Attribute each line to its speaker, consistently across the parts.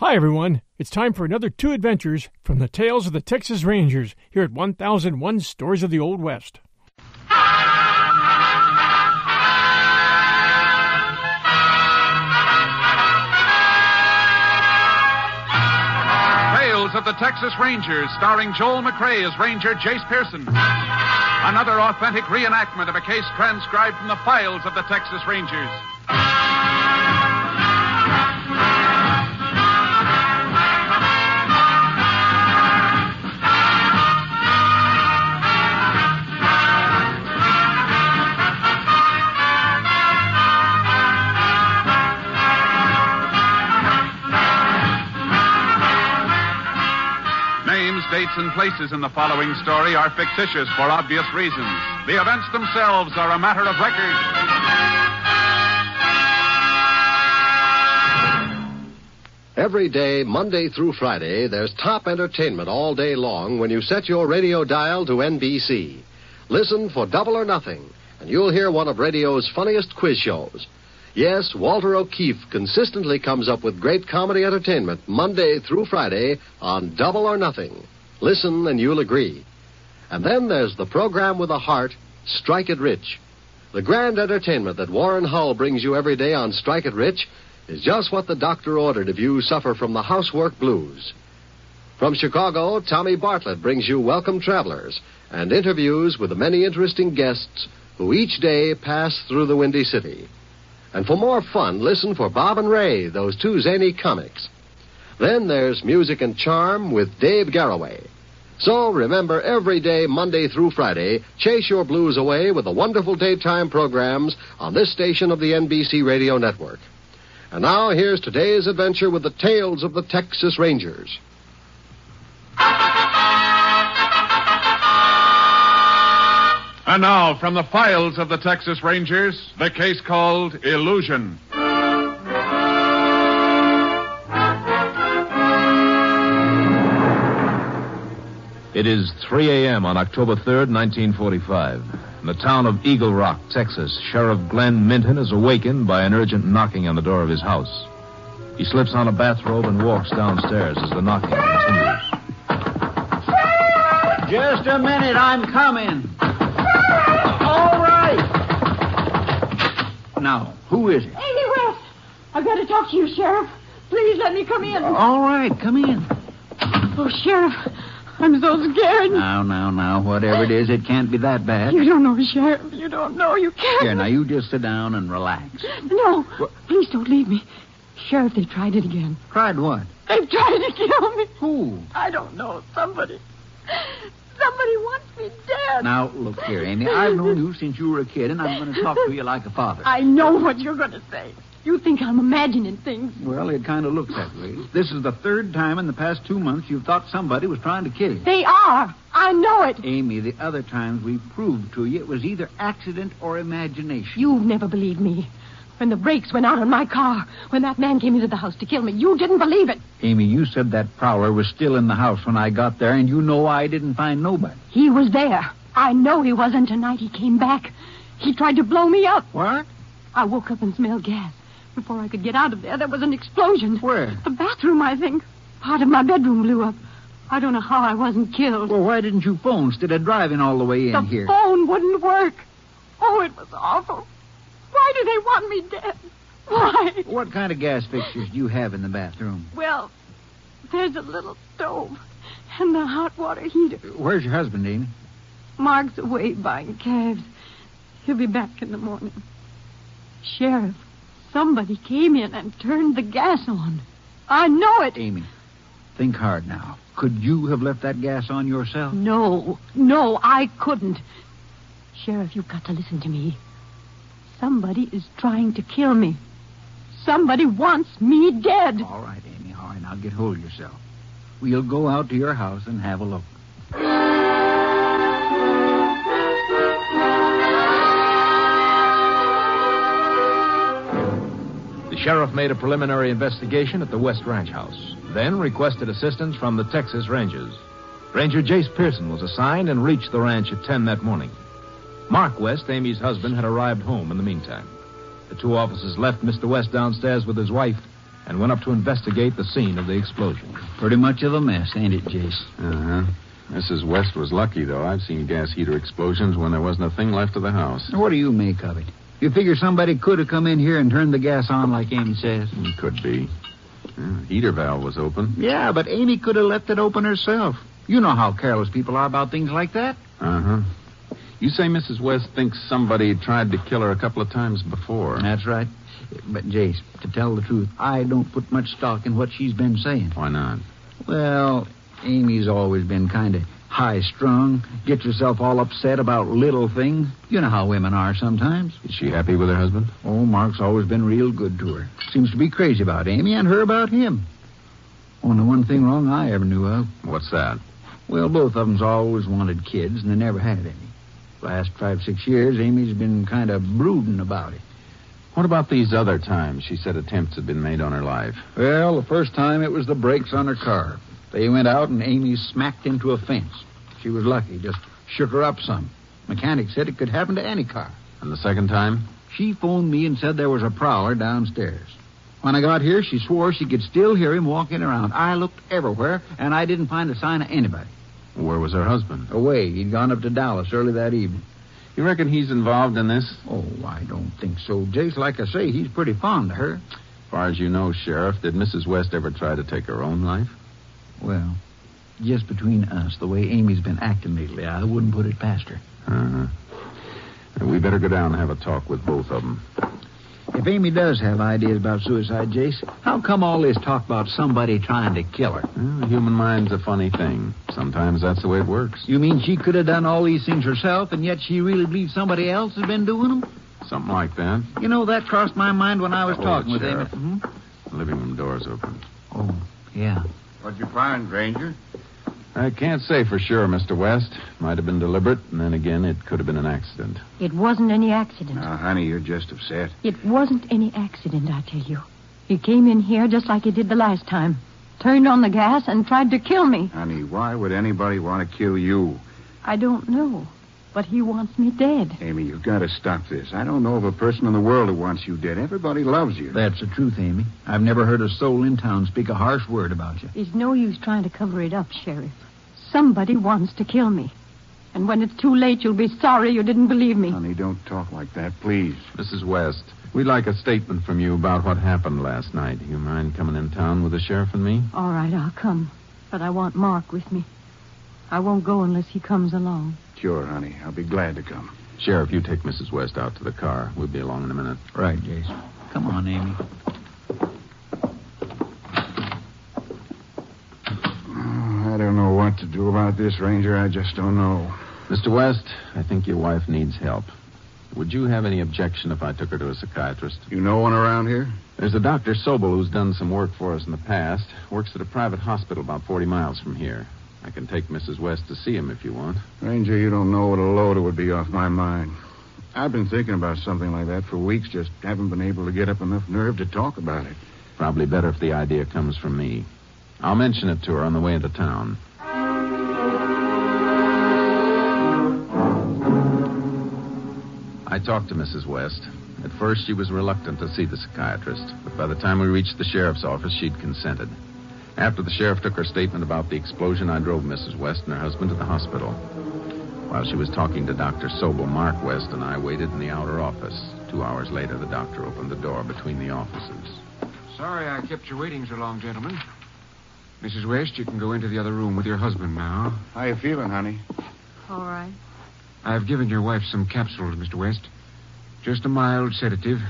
Speaker 1: Hi, everyone. It's time for another two adventures from the Tales of the Texas Rangers here at 1001 Stories of the Old West.
Speaker 2: Tales of the Texas Rangers, starring Joel McRae as Ranger Jace Pearson. Another authentic reenactment of a case transcribed from the files of the Texas Rangers. Names, dates, and places in the following story are fictitious for obvious reasons. The events themselves are a matter of record.
Speaker 3: Every day, Monday through Friday, there's top entertainment all day long when you set your radio dial to NBC. Listen for Double or Nothing, and you'll hear one of radio's funniest quiz shows. Yes, Walter O'Keefe consistently comes up with great comedy entertainment Monday through Friday on Double or Nothing. Listen and you'll agree. And then there's the program with a heart, Strike It Rich. The grand entertainment that Warren Hull brings you every day on Strike It Rich is just what the doctor ordered if you suffer from the housework blues. From Chicago, Tommy Bartlett brings you Welcome Travelers and interviews with the many interesting guests who each day pass through the Windy City. And for more fun, listen for Bob and Ray, those two zany comics. Then there's Music and Charm with Dave Garraway. So remember, every day, Monday through Friday, chase your blues away with the wonderful daytime programs on this station of the NBC Radio Network. And now here's today's adventure with the Tales of the Texas Rangers.
Speaker 2: And now, from the files of the Texas Rangers, the case called Illusion.
Speaker 4: It is 3 a.m. on October 3rd, 1945. In the town of Eagle Rock, Texas, Sheriff Glenn Minton is awakened by an urgent knocking on the door of his house. He slips on a bathrobe and walks downstairs as the knocking continues.
Speaker 5: Just a minute, I'm coming. All right. Now, who is it?
Speaker 6: Amy West, I've got to talk to you, Sheriff. Please let me come in.
Speaker 5: All right, come in.
Speaker 6: Oh, Sheriff, I'm so scared.
Speaker 5: Now, now, now, whatever it is, it can't be that bad.
Speaker 6: you don't know, Sheriff. You don't know. You can't.
Speaker 5: Here, now you just sit down and relax.
Speaker 6: No, Oh, please don't leave me. Sheriff, they tried it again.
Speaker 5: Cried what?
Speaker 6: They've tried to kill me.
Speaker 5: Who?
Speaker 6: I don't know. Somebody. Somebody wants me dead.
Speaker 5: Now, look here, Amy. I've known you since you were a kid, and I'm going to talk to you like a father.
Speaker 6: I know what you're going to say. You think I'm imagining things.
Speaker 5: Well, it kind of looks that way. This is the third time in the past two months you've thought somebody was trying to kill you.
Speaker 6: They are. I know it.
Speaker 5: Amy, the other times we proved to you it was either accident or imagination.
Speaker 6: You've never believed me. When the brakes went out on my car, when that man came into the house to kill me, you didn't believe it.
Speaker 5: Amy, you said that prowler was still in the house when I got there, and you know I didn't find nobody.
Speaker 6: He was there. I know he was, and tonight he came back. He tried to blow me up.
Speaker 5: What?
Speaker 6: I woke up and smelled gas. Before I could get out of there, there was an explosion.
Speaker 5: Where?
Speaker 6: The bathroom, I think. Part of my bedroom blew up. I don't know how I wasn't killed.
Speaker 5: Well, why didn't you phone instead of driving all the way in
Speaker 6: the
Speaker 5: here?
Speaker 6: phone wouldn't work. Oh, it was awful. Why do they want me dead? Why?
Speaker 5: What kind of gas fixtures do you have in the bathroom?
Speaker 6: Well, there's a little stove and the hot water heater.
Speaker 5: Where's your husband, Amy?
Speaker 6: Mark's away buying calves. He'll be back in the morning. Sheriff, somebody came in and turned the gas on. I know it.
Speaker 5: Amy, think hard now. Could you have left that gas on yourself?
Speaker 6: No, no, I couldn't. Sheriff, you've got to listen to me. Somebody is trying to kill me. Somebody wants me dead.
Speaker 5: All right, Amy. All right, now get hold of yourself. We'll go out to your house and have a look.
Speaker 4: The sheriff made a preliminary investigation at the West Ranch House, then requested assistance from the Texas Rangers. Ranger Jace Pearson was assigned and reached the ranch at 10 that morning. Mark West, Amy's husband, had arrived home in the meantime. The two officers left Mr. West downstairs with his wife and went up to investigate the scene of the explosion.
Speaker 5: Pretty much of a mess, ain't it, Jase?
Speaker 7: Uh huh. Mrs. West was lucky, though. I've seen gas heater explosions when there wasn't a thing left of the house.
Speaker 5: What do you make of it? You figure somebody could have come in here and turned the gas on like Amy says.
Speaker 7: It could be. Yeah, heater valve was open.
Speaker 5: Yeah, but Amy could have left it open herself. You know how careless people are about things like that.
Speaker 7: Uh huh. You say Mrs. West thinks somebody tried to kill her a couple of times before.
Speaker 5: That's right. But, Jace, to tell the truth, I don't put much stock in what she's been saying.
Speaker 7: Why not?
Speaker 5: Well, Amy's always been kind of high strung, gets herself all upset about little things. You know how women are sometimes.
Speaker 7: Is she happy with her husband?
Speaker 5: Oh, Mark's always been real good to her. Seems to be crazy about Amy and her about him. Only one thing wrong I ever knew of.
Speaker 7: What's that?
Speaker 5: Well, both of 'em's always wanted kids, and they never had any. Last five, six years, Amy's been kind of brooding about it.
Speaker 7: What about these other times she said attempts had been made on her life?
Speaker 5: Well, the first time it was the brakes on her car. They went out and Amy smacked into a fence. She was lucky, just shook her up some. Mechanic said it could happen to any car.
Speaker 7: And the second time?
Speaker 5: She phoned me and said there was a prowler downstairs. When I got here, she swore she could still hear him walking around. I looked everywhere, and I didn't find a sign of anybody.
Speaker 7: Where was her husband?
Speaker 5: Away, he'd gone up to Dallas early that evening.
Speaker 7: You reckon he's involved in this?
Speaker 5: Oh, I don't think so, Jace. Like I say, he's pretty fond of her.
Speaker 7: As far as you know, Sheriff, did Mrs. West ever try to take her own life?
Speaker 5: Well, just between us, the way Amy's been acting lately, I wouldn't put it past her.
Speaker 7: Uh huh. We better go down and have a talk with both of them.
Speaker 5: If Amy does have ideas about suicide, Jace, how come all this talk about somebody trying to kill her?
Speaker 7: Well, the human mind's a funny thing. Sometimes that's the way it works.
Speaker 5: You mean she could have done all these things herself, and yet she really believes somebody else has been doing them?
Speaker 7: Something like that.
Speaker 5: You know, that crossed my mind when I was
Speaker 7: Hold
Speaker 5: talking
Speaker 7: it,
Speaker 5: with Amy. Hmm?
Speaker 7: Sheriff. The living room door's open.
Speaker 5: Oh, yeah.
Speaker 8: What'd you find, Granger?
Speaker 7: I can't say for sure, Mr. West. Might have been deliberate, and then again, it could have been an accident.
Speaker 6: It wasn't any accident.
Speaker 8: Now, honey, you're just upset.
Speaker 6: It wasn't any accident, I tell you. He came in here just like he did the last time. Turned on the gas and tried to kill me.
Speaker 8: Honey, why would anybody want to kill you?
Speaker 6: I don't know. But he wants me dead.
Speaker 8: Amy, you've got to stop this. I don't know of a person in the world who wants you dead. Everybody loves you.
Speaker 5: That's the truth, Amy. I've never heard a soul in town speak a harsh word about you.
Speaker 6: It's no use trying to cover it up, Sheriff. Somebody wants to kill me. And when it's too late, you'll be sorry you didn't believe me.
Speaker 8: Honey, don't talk like that, please.
Speaker 7: Mrs. West, we'd like a statement from you about what happened last night. You mind coming in town with the sheriff and me?
Speaker 6: All right, I'll come. But I want Mark with me. I won't go unless he comes along.
Speaker 8: Sure, honey. I'll be glad to come.
Speaker 7: Sheriff, you take Mrs. West out to the car. We'll be along in a minute.
Speaker 5: Right, Jason. Come on, Amy.
Speaker 8: I don't know what to do about this, Ranger. I just don't know.
Speaker 7: Mr. West, I think your wife needs help. Would you have any objection if I took her to a psychiatrist?
Speaker 8: You know one around here?
Speaker 7: There's a Dr. Sobel who's done some work for us in the past. Works at a private hospital about 40 miles from here. I can take Mrs. West to see him if you want.
Speaker 8: Ranger, you don't know what a load it would be off my mind. I've been thinking about something like that for weeks, just haven't been able to get up enough nerve to talk about it.
Speaker 7: Probably better if the idea comes from me. I'll mention it to her on the way into town. I talked to Mrs. West. At first, she was reluctant to see the psychiatrist, but by the time we reached the sheriff's office, she'd consented. After the sheriff took her statement about the explosion, I drove Mrs. West and her husband to the hospital. While she was talking to Dr. Sobel, Mark West and I waited in the outer office. Two hours later, the doctor opened the door between the offices.
Speaker 9: Sorry I kept you waiting so long, gentlemen. Mrs. West, you can go into the other room with your husband now.
Speaker 8: How you feeling, honey?
Speaker 6: All right.
Speaker 9: I've given your wife some capsules, Mr. West. Just a mild sedative.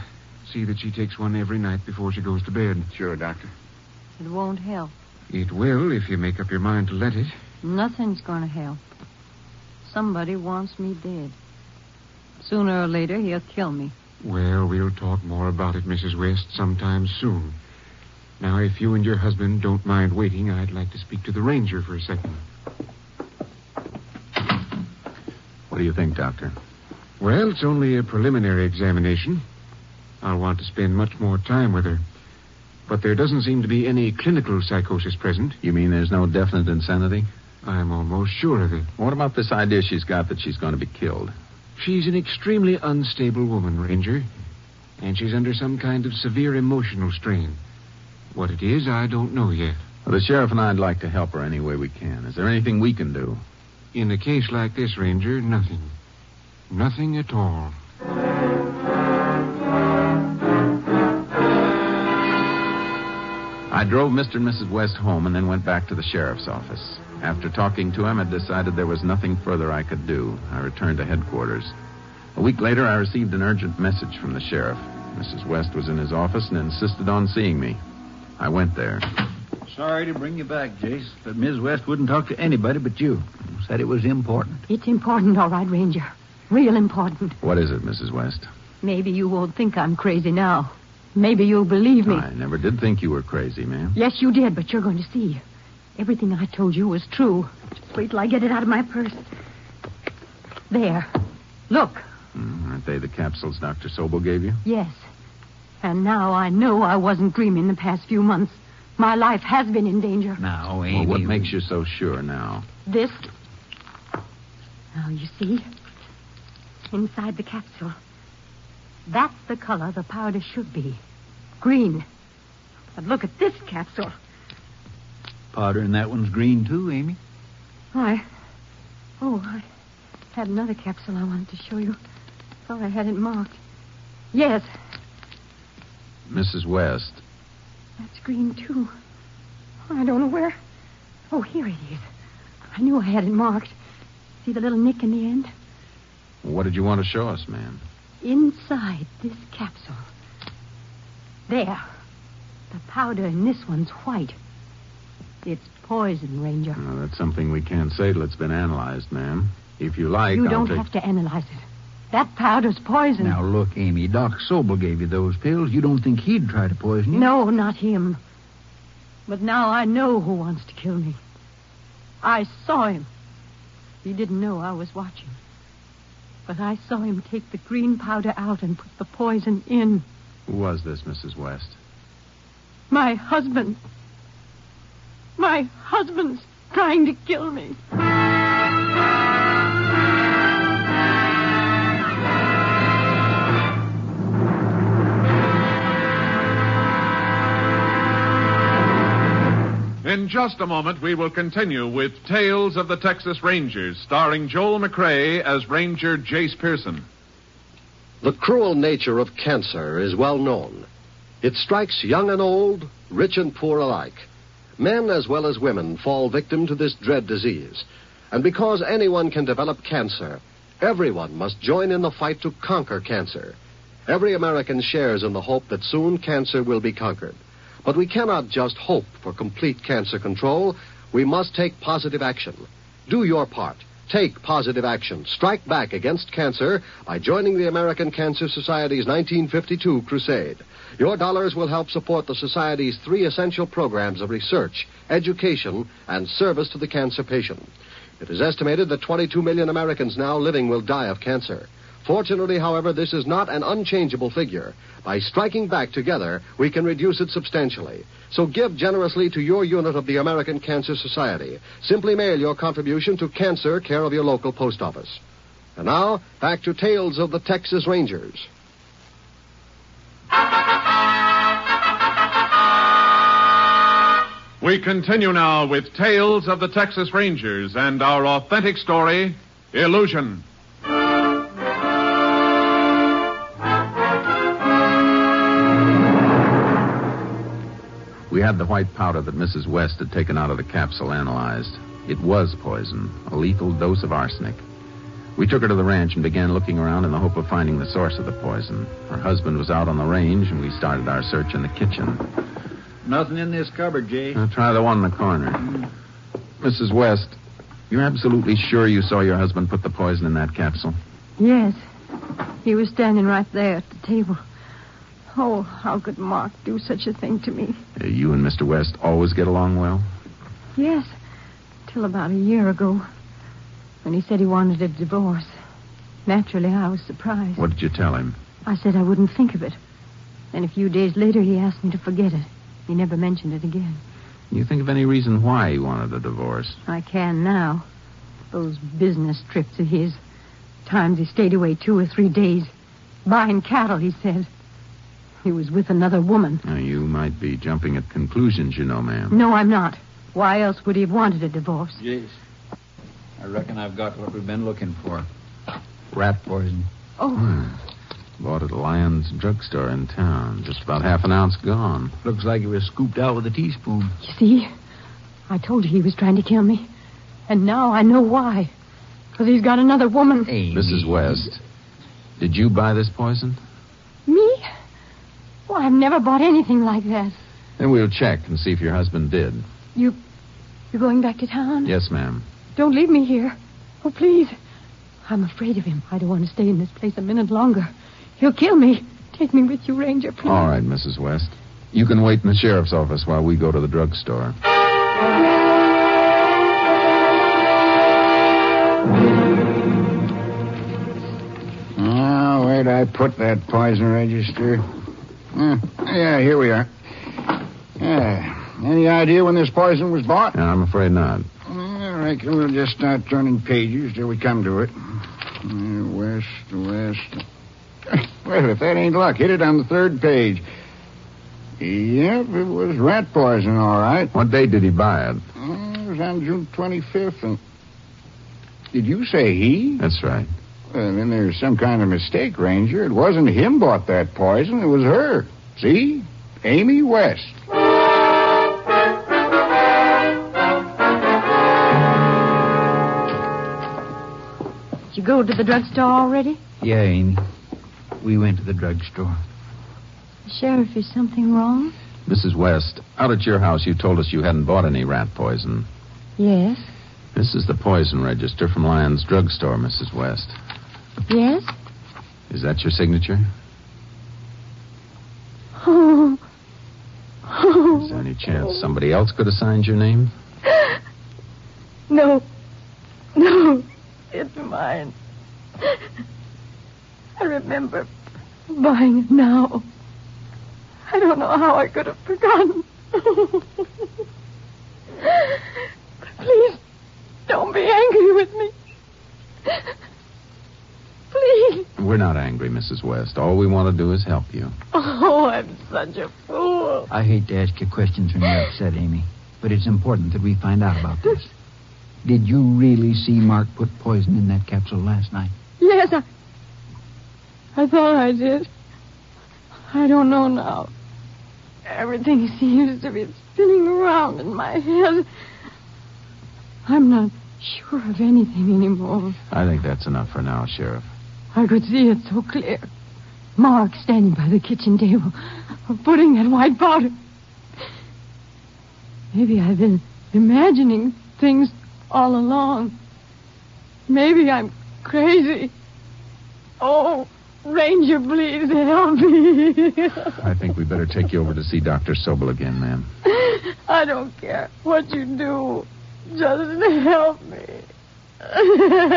Speaker 9: See that she takes one every night before she goes to bed.
Speaker 8: Sure, Doctor.
Speaker 6: It won't help.
Speaker 9: It will if you make up your mind to let it.
Speaker 6: Nothing's going to help. Somebody wants me dead. Sooner or later, he'll kill me.
Speaker 9: Well, we'll talk more about it, Mrs. West, sometime soon. Now, if you and your husband don't mind waiting, I'd like to speak to the ranger for a second.
Speaker 7: What do you think, Doctor?
Speaker 9: Well, it's only a preliminary examination. I'll want to spend much more time with her. But there doesn't seem to be any clinical psychosis present.
Speaker 7: You mean there's no definite insanity?
Speaker 9: I'm almost sure of it.
Speaker 7: What about this idea she's got that she's going to be killed?
Speaker 9: She's an extremely unstable woman, Ranger. And she's under some kind of severe emotional strain. What it is, I don't know yet.
Speaker 7: Well, the sheriff and I'd like to help her any way we can. Is there anything we can do?
Speaker 9: In a case like this, Ranger, nothing. Nothing at all.
Speaker 7: I drove Mr. and Mrs. West home and then went back to the sheriff's office. After talking to him, I decided there was nothing further I could do. I returned to headquarters. A week later, I received an urgent message from the sheriff. Mrs. West was in his office and insisted on seeing me. I went there.
Speaker 5: Sorry to bring you back, Jace, but Ms. West wouldn't talk to anybody but you. Said it was important.
Speaker 6: It's important, all right, Ranger. Real important.
Speaker 7: What is it, Mrs. West?
Speaker 6: Maybe you won't think I'm crazy now. Maybe you'll believe me.
Speaker 7: I never did think you were crazy, ma'am.
Speaker 6: Yes, you did, but you're going to see. Everything I told you was true. Just wait till I get it out of my purse. There. Look.
Speaker 7: Mm, aren't they the capsules Dr. Sobel gave you?
Speaker 6: Yes. And now I know I wasn't dreaming the past few months. My life has been in danger.
Speaker 5: Now,
Speaker 7: Well, what makes you so sure now?
Speaker 6: This. Now, you see? Inside the capsule. That's the color the powder should be green. But look at this capsule.
Speaker 5: Powder in that one's green, too, Amy.
Speaker 6: I. Oh, I had another capsule I wanted to show you. Thought I had it marked. Yes,
Speaker 7: Mrs. West,
Speaker 6: that's green, too. I don't know where. Oh, here it is. I knew I had it marked. See the little nick in the end?
Speaker 7: what did you want to show us, ma'am?
Speaker 6: Inside this capsule. There. The powder in this one's white. It's poison, Ranger.
Speaker 7: Well, that's something we can't say till it's been analyzed, ma'am. If you like,
Speaker 6: you
Speaker 7: I'll
Speaker 6: don't
Speaker 7: take...
Speaker 6: have to analyze it. That powder's poison.
Speaker 5: Now, look, Amy, Doc Sobel gave you those pills. You don't think he'd try to
Speaker 7: hmm?
Speaker 5: poison you?
Speaker 6: No, not him. But now I know who wants to kill me. I saw him. He didn't know I was watching. But I saw him take the green powder out and put the poison in.
Speaker 7: Who was this, Mrs. West?
Speaker 6: My husband. My husband's trying to kill me.
Speaker 2: In just a moment, we will continue with Tales of the Texas Rangers, starring Joel McRae as Ranger Jace Pearson.
Speaker 3: The cruel nature of cancer is well known. It strikes young and old, rich and poor alike. Men as well as women fall victim to this dread disease. And because anyone can develop cancer, everyone must join in the fight to conquer cancer. Every American shares in the hope that soon cancer will be conquered. But we cannot just hope for complete cancer control. We must take positive action. Do your part. Take positive action. Strike back against cancer by joining the American Cancer Society's 1952 crusade. Your dollars will help support the Society's three essential programs of research, education, and service to the cancer patient. It is estimated that 22 million Americans now living will die of cancer. Fortunately, however, this is not an unchangeable figure. By striking back together, we can reduce it substantially. So give generously to your unit of the American Cancer Society. Simply mail your contribution to Cancer, care of your local post office. And now, back to Tales of the Texas Rangers.
Speaker 2: We continue now with Tales of the Texas Rangers and our authentic story, Illusion.
Speaker 7: We had the white powder that Mrs. West had taken out of the capsule analyzed. It was poison, a lethal dose of arsenic. We took her to the ranch and began looking around in the hope of finding the source of the poison. Her husband was out on the range, and we started our search in the kitchen.
Speaker 5: Nothing in this cupboard, Jay.
Speaker 7: Now try the one in the corner. Mrs. West, you're absolutely sure you saw your husband put the poison in that capsule?
Speaker 6: Yes. He was standing right there at the table. Oh, how could Mark do such a thing to me?
Speaker 7: Uh, You and Mr. West always get along well?
Speaker 6: Yes. Till about a year ago, when he said he wanted a divorce. Naturally, I was surprised.
Speaker 7: What did you tell him?
Speaker 6: I said I wouldn't think of it. Then a few days later, he asked me to forget it. He never mentioned it again.
Speaker 7: You think of any reason why he wanted a divorce?
Speaker 6: I can now. Those business trips of his. Times he stayed away two or three days. Buying cattle, he says. He was with another woman.
Speaker 7: Uh, You might be jumping at conclusions, you know, ma'am.
Speaker 6: No, I'm not. Why else would he have wanted a divorce?
Speaker 5: Yes. I reckon I've got what we've been looking for. Rat poison.
Speaker 6: Oh,
Speaker 7: Bought at a Lyons drugstore in town. Just about half an ounce gone.
Speaker 5: Looks like it was scooped out with a teaspoon.
Speaker 6: you see? I told you he was trying to kill me. And now I know why. Because he's got another woman.
Speaker 5: Amy.
Speaker 7: Mrs. West, did you buy this poison?
Speaker 6: Me? Well, I've never bought anything like that.
Speaker 7: Then we'll check and see if your husband did.
Speaker 6: You. You're going back to town?
Speaker 7: Yes, ma'am.
Speaker 6: Don't leave me here. Oh, please. I'm afraid of him. I don't want to stay in this place a minute longer. He'll kill me. Take me with you, Ranger, please.
Speaker 7: All right, Mrs. West. You can wait in the sheriff's office while we go to the drugstore.
Speaker 8: Ah, where'd I put that poison register? Uh, yeah, here we are. Yeah. Any idea when this poison was bought?
Speaker 7: No, I'm afraid not.
Speaker 8: I reckon we'll just start turning pages till we come to it. Uh, West, west. Well, if that ain't luck, hit it on the third page. Yep, it was rat poison, all right.
Speaker 7: What day did he buy it?
Speaker 8: Uh, It was on June 25th, and. Did you say he?
Speaker 7: That's right.
Speaker 8: Well, then there's some kind of mistake, Ranger. It wasn't him bought that poison. It was her. See? Amy West.
Speaker 6: Did you go to the drugstore already?
Speaker 5: Yeah, Amy. We went to the drugstore.
Speaker 6: Sheriff, is something wrong?
Speaker 7: Mrs. West, out at your house, you told us you hadn't bought any rat poison.
Speaker 6: Yes.
Speaker 7: This is the poison register from Lyons Drugstore, Mrs. West.
Speaker 6: Yes?
Speaker 7: Is that your signature?
Speaker 6: Oh.
Speaker 7: Is there any chance somebody else could have signed your name?
Speaker 6: No. No. It's mine. I remember buying it now. I don't know how I could have forgotten. Please don't be angry with me. Please.
Speaker 7: We're not angry, Mrs. West. All we want to do is help you.
Speaker 6: Oh, I'm such a fool.
Speaker 5: I hate to ask you questions when you're upset, Amy, but it's important that we find out about this. Did you really see Mark put poison in that capsule last night?
Speaker 6: Yes, I. I thought I did. I don't know now. Everything seems to be spinning around in my head. I'm not sure of anything anymore.
Speaker 7: I think that's enough for now, Sheriff.
Speaker 6: I could see it so clear. Mark standing by the kitchen table, putting that white powder. Maybe I've been imagining things all along. Maybe I'm crazy. Oh, Ranger, please help me.
Speaker 7: I think we better take you over to see Dr. Sobel again, ma'am.
Speaker 6: I don't care what you do. Just help me.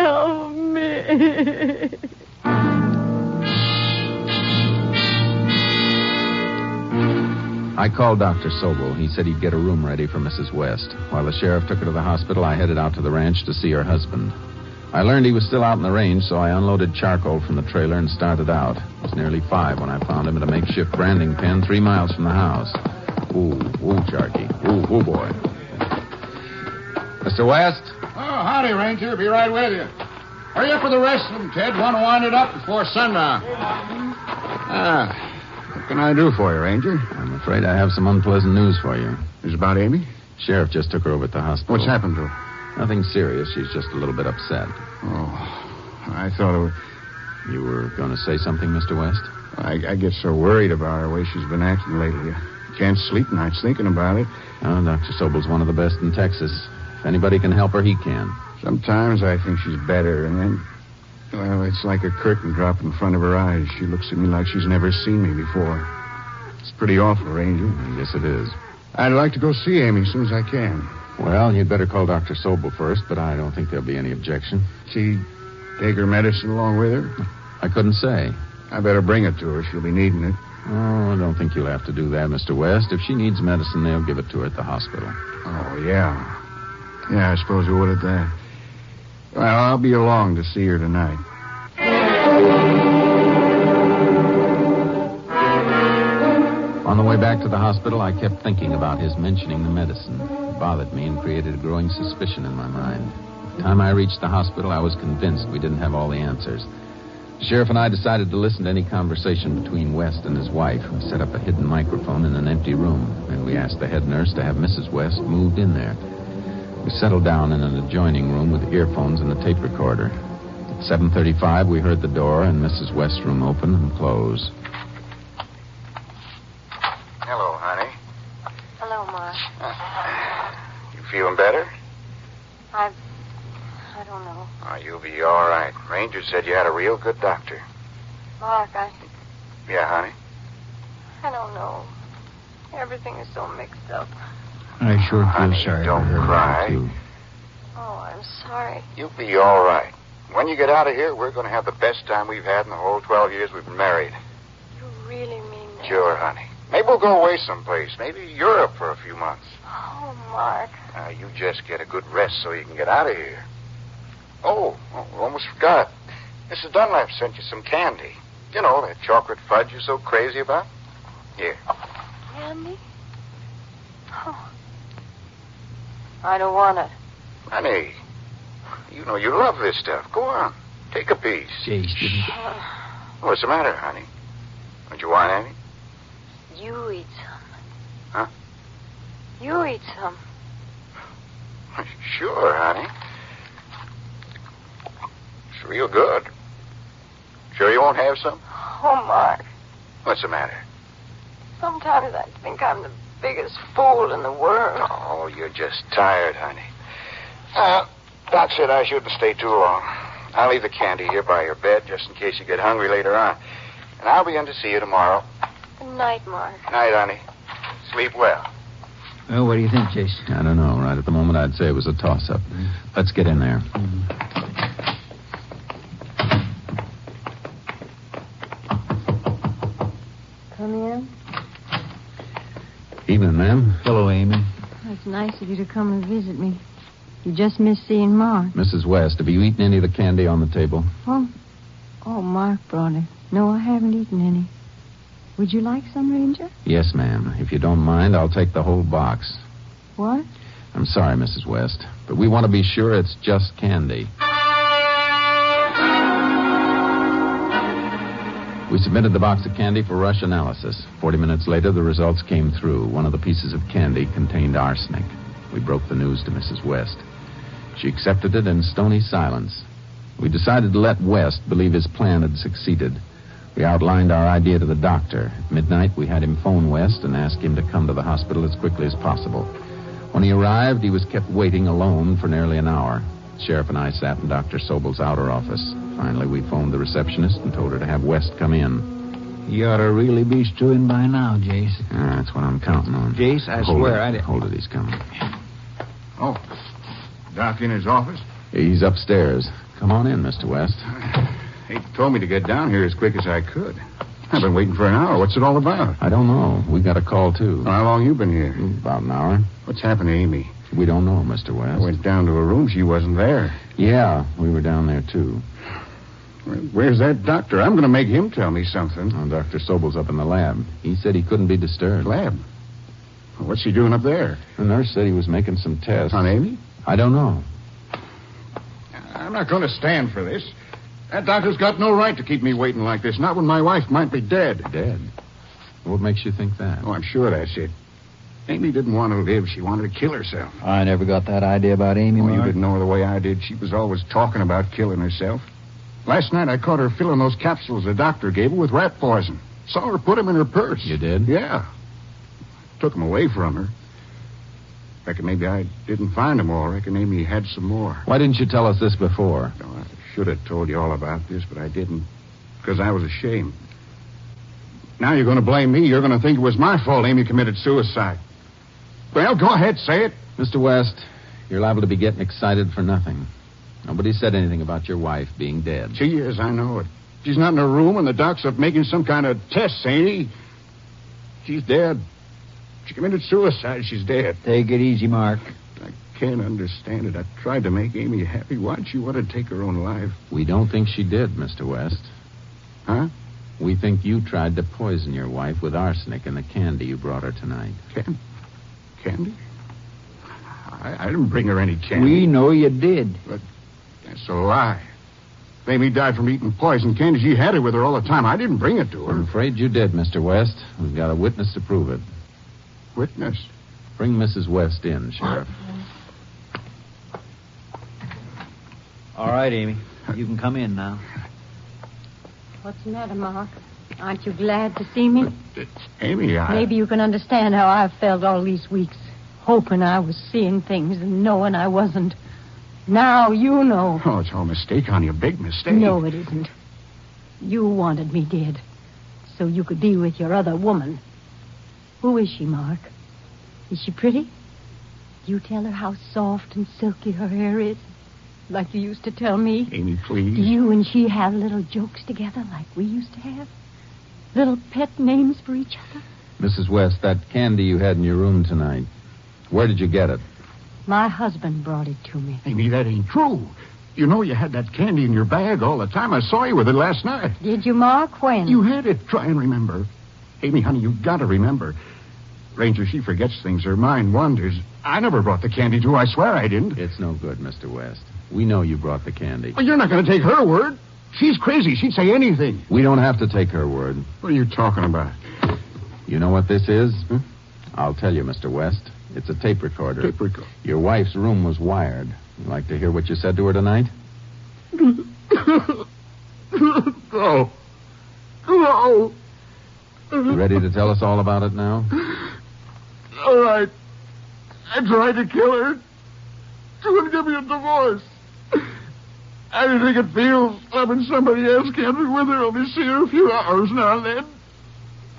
Speaker 6: Help me.
Speaker 7: I called Dr. Sobel. He said he'd get a room ready for Mrs. West. While the sheriff took her to the hospital, I headed out to the ranch to see her husband. I learned he was still out in the range, so I unloaded charcoal from the trailer and started out. It was nearly five when I found him at a makeshift branding pen three miles from the house. Ooh, ooh, Charky. Ooh, ooh, boy. Mr. West?
Speaker 8: Oh, howdy, Ranger. Be right with you. Hurry up with the rest of them, Ted. Want to wind it up before sundown. Ah, what can I do for you, Ranger?
Speaker 7: I'm afraid I have some unpleasant news for you.
Speaker 8: Is it about Amy?
Speaker 7: Sheriff just took her over at the hospital.
Speaker 8: What's happened to her?
Speaker 7: Nothing serious. She's just a little bit upset.
Speaker 8: Oh, I thought it was...
Speaker 7: You were going to say something, Mr. West?
Speaker 8: I, I get so worried about her, the way she's been acting lately. I can't sleep nights thinking about it.
Speaker 7: Oh, Dr. Sobel's one of the best in Texas. If anybody can help her, he can.
Speaker 8: Sometimes I think she's better, and then, well, it's like a curtain drop in front of her eyes. She looks at me like she's never seen me before. It's pretty awful, Ranger.
Speaker 7: Yes, it is.
Speaker 8: I'd like to go see Amy as soon as I can.
Speaker 7: Well, you'd better call Dr. Sobel first, but I don't think there'll be any objection.
Speaker 8: She take her medicine along with her.
Speaker 7: I couldn't say.
Speaker 8: I better bring it to her. She'll be needing it.
Speaker 7: Oh, I don't think you'll have to do that, Mr. West. If she needs medicine, they'll give it to her at the hospital.
Speaker 8: Oh yeah, yeah. I suppose you would at that. Well, I'll be along to see her tonight.
Speaker 7: Oh, On On the way back to the hospital, I kept thinking about his mentioning the medicine. It bothered me and created a growing suspicion in my mind. By the time I reached the hospital, I was convinced we didn't have all the answers. The sheriff and I decided to listen to any conversation between West and his wife. We set up a hidden microphone in an empty room, and we asked the head nurse to have Mrs. West moved in there. We settled down in an adjoining room with earphones and a tape recorder. At 7:35, we heard the door and Mrs. West's room open and close.
Speaker 10: Hello, honey.
Speaker 11: Hello, Mark.
Speaker 10: You feeling better?
Speaker 11: I. I don't know.
Speaker 10: Oh, you'll be all right. Ranger said you had a real good doctor.
Speaker 11: Mark, I.
Speaker 10: Yeah, honey.
Speaker 11: I don't know. Everything is so mixed up.
Speaker 5: I sure feel sorry.
Speaker 10: Don't cry.
Speaker 11: Oh, I'm sorry.
Speaker 10: You'll be all right. When you get out of here, we're going to have the best time we've had in the whole 12 years we've been married.
Speaker 11: You really mean that.
Speaker 10: Sure, honey. Maybe we'll go away someplace. Maybe Europe for a few months.
Speaker 11: Oh, Mark.
Speaker 10: Now, you just get a good rest so you can get out of here. Oh, oh, almost forgot. Mrs. Dunlap sent you some candy. You know, that chocolate fudge you're so crazy about. Here.
Speaker 11: Candy? Oh. I don't want it.
Speaker 10: Honey, you know you love this stuff. Go on. Take a piece. What's the matter, honey? Don't you want any?
Speaker 11: You eat some.
Speaker 10: Huh?
Speaker 11: You eat some.
Speaker 10: Sure, honey. It's real good. Sure you won't have some?
Speaker 11: Oh, Mark.
Speaker 10: What's the matter?
Speaker 11: Sometimes I think I'm the biggest fool in the world.
Speaker 10: Oh, you're just tired, honey. Uh, that's it. I shouldn't stay too long. I'll leave the candy here by your bed just in case you get hungry later on. And I'll be in to see you tomorrow.
Speaker 11: Good night, Mark.
Speaker 10: Night, honey. Sleep well.
Speaker 5: Well, Oh, what do you think, Jason?
Speaker 7: I don't know. Right at the moment, I'd say it was a toss up. Let's get in there.
Speaker 6: Come in.
Speaker 7: Evening, ma'am.
Speaker 5: Hello, Amy.
Speaker 6: It's nice of you to come and visit me. You just missed seeing Mark.
Speaker 7: Mrs. West, have you eaten any of the candy on the table?
Speaker 6: Oh, oh, Mark brought it. No, I haven't eaten any. Would you like some, Ranger?
Speaker 7: Yes, ma'am. If you don't mind, I'll take the whole box.
Speaker 6: What?
Speaker 7: I'm sorry, Mrs. West, but we want to be sure it's just candy. We submitted the box of candy for rush analysis. Forty minutes later, the results came through. One of the pieces of candy contained arsenic. We broke the news to Mrs. West. She accepted it in stony silence. We decided to let West believe his plan had succeeded. We outlined our idea to the doctor. At midnight, we had him phone West and ask him to come to the hospital as quickly as possible. When he arrived, he was kept waiting alone for nearly an hour. The sheriff and I sat in Dr. Sobel's outer office. Finally, we phoned the receptionist and told her to have West come in.
Speaker 5: You ought to really be stewing by now, Jason.
Speaker 7: Ah, that's what I'm counting on.
Speaker 5: Jace, I
Speaker 7: Hold
Speaker 5: swear
Speaker 7: it.
Speaker 5: I did-
Speaker 7: Hold it, he's coming.
Speaker 8: Oh, Doc in his office?
Speaker 7: He's upstairs. Come on in, Mr. West.
Speaker 8: He told me to get down here as quick as I could. I've been waiting for an hour. What's it all about?
Speaker 7: I don't know. We got a call, too. Mm,
Speaker 8: How long you been here?
Speaker 7: About an hour.
Speaker 8: What's happened to Amy?
Speaker 7: We don't know, Mr.
Speaker 8: I
Speaker 7: West.
Speaker 8: went down to her room. She wasn't there.
Speaker 7: Yeah, we were down there, too.
Speaker 8: Where's that doctor? I'm going to make him tell me something.
Speaker 7: Oh, Dr. Sobel's up in the lab. He said he couldn't be disturbed.
Speaker 8: Lab. What's she doing up there?
Speaker 7: The nurse said he was making some tests.
Speaker 8: On Amy?
Speaker 7: I don't know.
Speaker 8: I'm not going to stand for this. That doctor's got no right to keep me waiting like this, not when my wife might be dead.
Speaker 7: Dead. What makes you think that?
Speaker 8: Oh, I'm sure that's it. Amy didn't want to live. She wanted to kill herself.
Speaker 5: I never got that idea about Amy,
Speaker 8: Well, you
Speaker 5: Mark.
Speaker 8: didn't know her the way I did. She was always talking about killing herself. Last night I caught her filling those capsules the doctor gave her with rat poison. Saw her put them in her purse.
Speaker 7: You did?
Speaker 8: Yeah. Took them away from her. Reckon maybe I didn't find them all. Reckon Amy had some more.
Speaker 7: Why didn't you tell us this before?
Speaker 8: No, I should have told you all about this, but I didn't because I was ashamed. Now you're going to blame me. You're going to think it was my fault Amy committed suicide. Well, go ahead, say it.
Speaker 7: Mr. West, you're liable to be getting excited for nothing. Nobody said anything about your wife being dead.
Speaker 8: She is, I know it. She's not in her room, and the doc's up making some kind of test, ain't he? She's dead. She committed suicide. She's dead.
Speaker 5: Take it easy, Mark.
Speaker 8: I can't understand it. I tried to make Amy happy. Why'd she want to take her own life?
Speaker 7: We don't think she did, Mr. West.
Speaker 8: Huh?
Speaker 7: We think you tried to poison your wife with arsenic in the candy you brought her tonight.
Speaker 5: Candy?
Speaker 7: Candy?
Speaker 8: I, I didn't bring her any candy.
Speaker 5: We know you did.
Speaker 8: But that's a lie. Mamie died from eating poison candy. She had it with her all the time. I didn't bring it to her.
Speaker 7: I'm afraid you did, Mr. West. We've got a witness to prove it.
Speaker 8: Witness?
Speaker 7: Bring Mrs. West in, Sheriff.
Speaker 12: All right, Amy. You can come in now.
Speaker 6: What's the matter, Mark? Aren't you glad to see me?
Speaker 8: Amy,
Speaker 5: uh,
Speaker 8: I.
Speaker 6: Maybe you can understand how I've felt all these weeks, hoping I was seeing things and knowing I wasn't. Now you know.
Speaker 8: Oh, it's all a mistake on you. Big mistake.
Speaker 6: No, it isn't. You wanted me dead, so you could be with your other woman. Who is she, Mark? Is she pretty? You tell her how soft and silky her hair is, like you used to tell me.
Speaker 8: Amy, please.
Speaker 6: Do you and she have little jokes together like we used to have? Little pet names for each other?
Speaker 7: Mrs. West, that candy you had in your room tonight, where did you get it?
Speaker 6: My husband brought it to me.
Speaker 8: Amy, that ain't true. You know you had that candy in your bag all the time. I saw you with it last night.
Speaker 6: Did you, Mark? When?
Speaker 8: You had it. Try and remember. Amy, honey, you gotta remember. Ranger, she forgets things. Her mind wanders. I never brought the candy to her. I swear I didn't.
Speaker 7: It's no good, Mr. West. We know you brought the candy.
Speaker 8: Well, you're not gonna take her word. She's crazy. She'd say anything.
Speaker 7: We don't have to take her word.
Speaker 8: What are you talking about?
Speaker 7: You know what this is? I'll tell you, Mr. West. It's a tape recorder.
Speaker 8: Tape recorder.
Speaker 7: Your wife's room was wired. You like to hear what you said to her tonight?
Speaker 8: No. No.
Speaker 7: You ready to tell us all about it now?
Speaker 8: All right. I tried to kill her. She wouldn't give me a divorce. I didn't think it feels having somebody else can't be with her. Only see her a few hours now and then.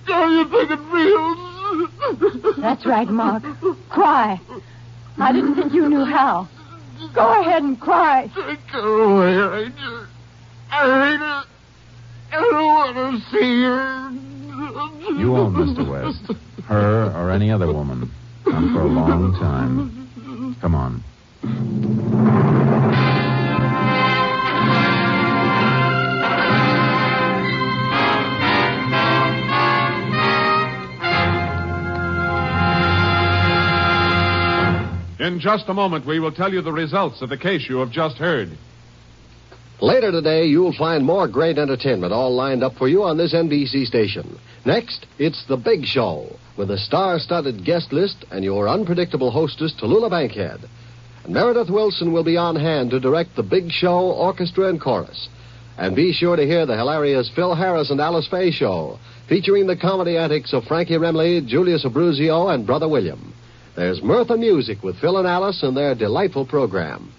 Speaker 8: How do you think it feels?
Speaker 6: That's right, Mark. Cry. I didn't think you knew how. Go ahead and cry.
Speaker 8: Take her away, Ranger. I hate her. I don't want to see her.
Speaker 7: You won't, Mr. West. Her or any other woman. Not for a long time. Come on.
Speaker 2: In just a moment, we will tell you the results of the case you have just heard.
Speaker 3: Later today, you'll find more great entertainment all lined up for you on this NBC station. Next, it's The Big Show, with a star studded guest list and your unpredictable hostess, Tallulah Bankhead. And Meredith Wilson will be on hand to direct The Big Show, Orchestra, and Chorus. And be sure to hear the hilarious Phil Harris and Alice Faye Show, featuring the comedy antics of Frankie Remley, Julius Abruzio, and Brother William. There's mirth and music with Phil and Alice and their delightful program.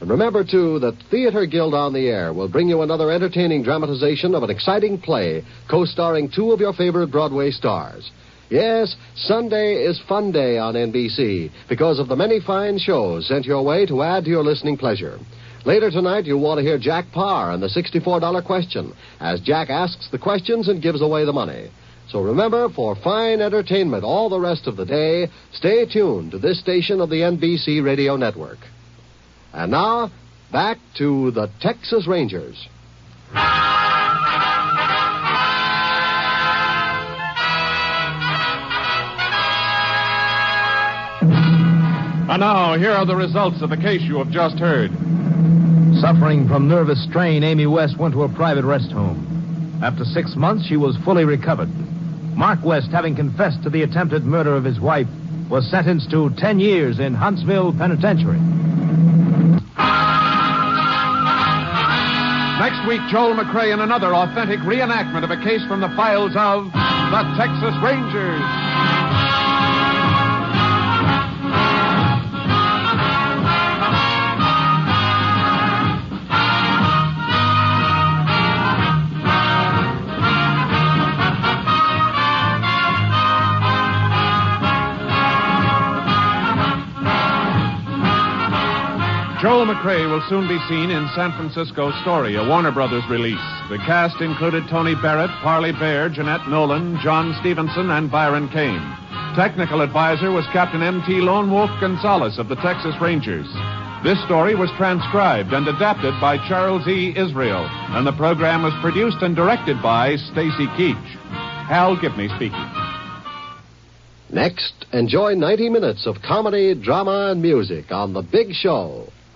Speaker 3: And remember, too, that Theater Guild on the Air will bring you another entertaining dramatization of an exciting play co starring two of your favorite Broadway stars. Yes, Sunday is Fun Day on NBC because of the many fine shows sent your way to add to your listening pleasure. Later tonight, you'll want to hear Jack Parr and the $64 question as Jack asks the questions and gives away the money. So remember, for fine entertainment all the rest of the day, stay tuned to this station of the NBC Radio Network. And now, back to the Texas Rangers.
Speaker 2: And now, here are the results of the case you have just heard.
Speaker 4: Suffering from nervous strain, Amy West went to a private rest home. After six months, she was fully recovered. Mark West, having confessed to the attempted murder of his wife, was sentenced to 10 years in Huntsville Penitentiary.
Speaker 2: Next week, Joel McRae in another authentic reenactment of a case from the files of the Texas Rangers. Joel McRae will soon be seen in San Francisco Story, a Warner Brothers release. The cast included Tony Barrett, Parley Bear, Jeanette Nolan, John Stevenson, and Byron Kane. Technical advisor was Captain M.T. Lone Wolf Gonzalez of the Texas Rangers. This story was transcribed and adapted by Charles E. Israel, and the program was produced and directed by Stacy Keach. Hal Gibney speaking.
Speaker 3: Next, enjoy 90 minutes of comedy, drama, and music on The Big Show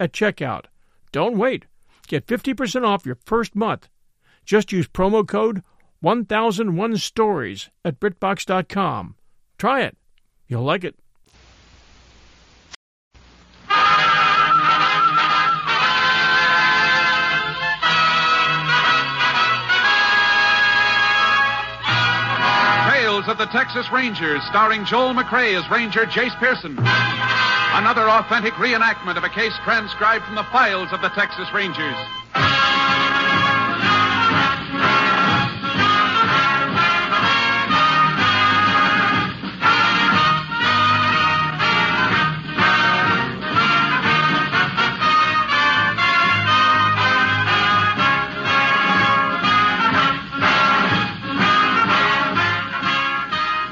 Speaker 1: at checkout. Don't wait. Get 50% off your first month. Just use promo code 1001stories at BritBox.com. Try it. You'll like it.
Speaker 2: Tales of the Texas Rangers, starring Joel McRae as Ranger Jace Pearson. Another authentic reenactment of a case transcribed from the files of the Texas Rangers.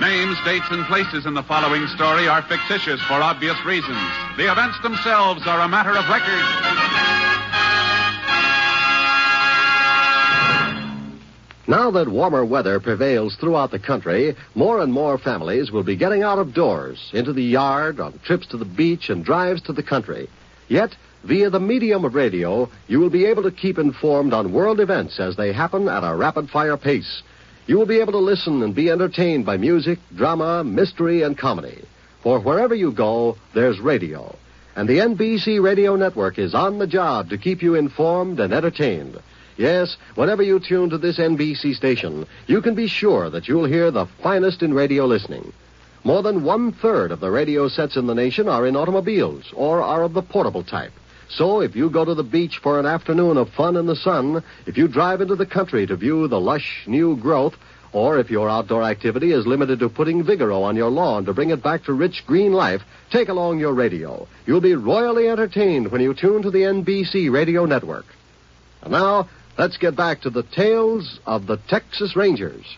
Speaker 2: Names, dates, and places in the following story are fictitious for obvious reasons. The events themselves are a matter of record.
Speaker 3: Now that warmer weather prevails throughout the country, more and more families will be getting out of doors, into the yard, on trips to the beach, and drives to the country. Yet, via the medium of radio, you will be able to keep informed on world events as they happen at a rapid fire pace. You will be able to listen and be entertained by music, drama, mystery, and comedy. For wherever you go, there's radio. And the NBC Radio Network is on the job to keep you informed and entertained. Yes, whenever you tune to this NBC station, you can be sure that you'll hear the finest in radio listening. More than one third of the radio sets in the nation are in automobiles or are of the portable type. So if you go to the beach for an afternoon of fun in the sun, if you drive into the country to view the lush new growth, or if your outdoor activity is limited to putting Vigoro on your lawn to bring it back to rich green life, take along your radio. You'll be royally entertained when you tune to the NBC radio network. And now, let's get back to the tales of the Texas Rangers.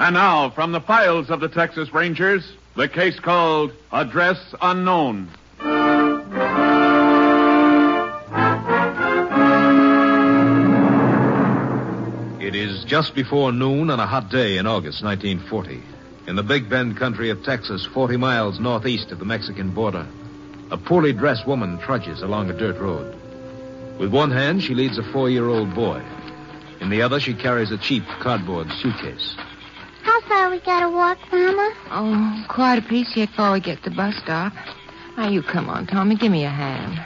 Speaker 2: And now, from the files of the Texas Rangers, the case called Address Unknown.
Speaker 4: It is just before noon on a hot day in August 1940, in the Big Bend country of Texas, 40 miles northeast of the Mexican border. A poorly dressed woman trudges along a dirt road. With one hand, she leads a four year old boy. In the other, she carries a cheap cardboard suitcase.
Speaker 13: How far we gotta walk, Mama?
Speaker 14: Oh, quite a piece yet before we get to the bus stop. Now, you come on, Tommy. Give me a hand.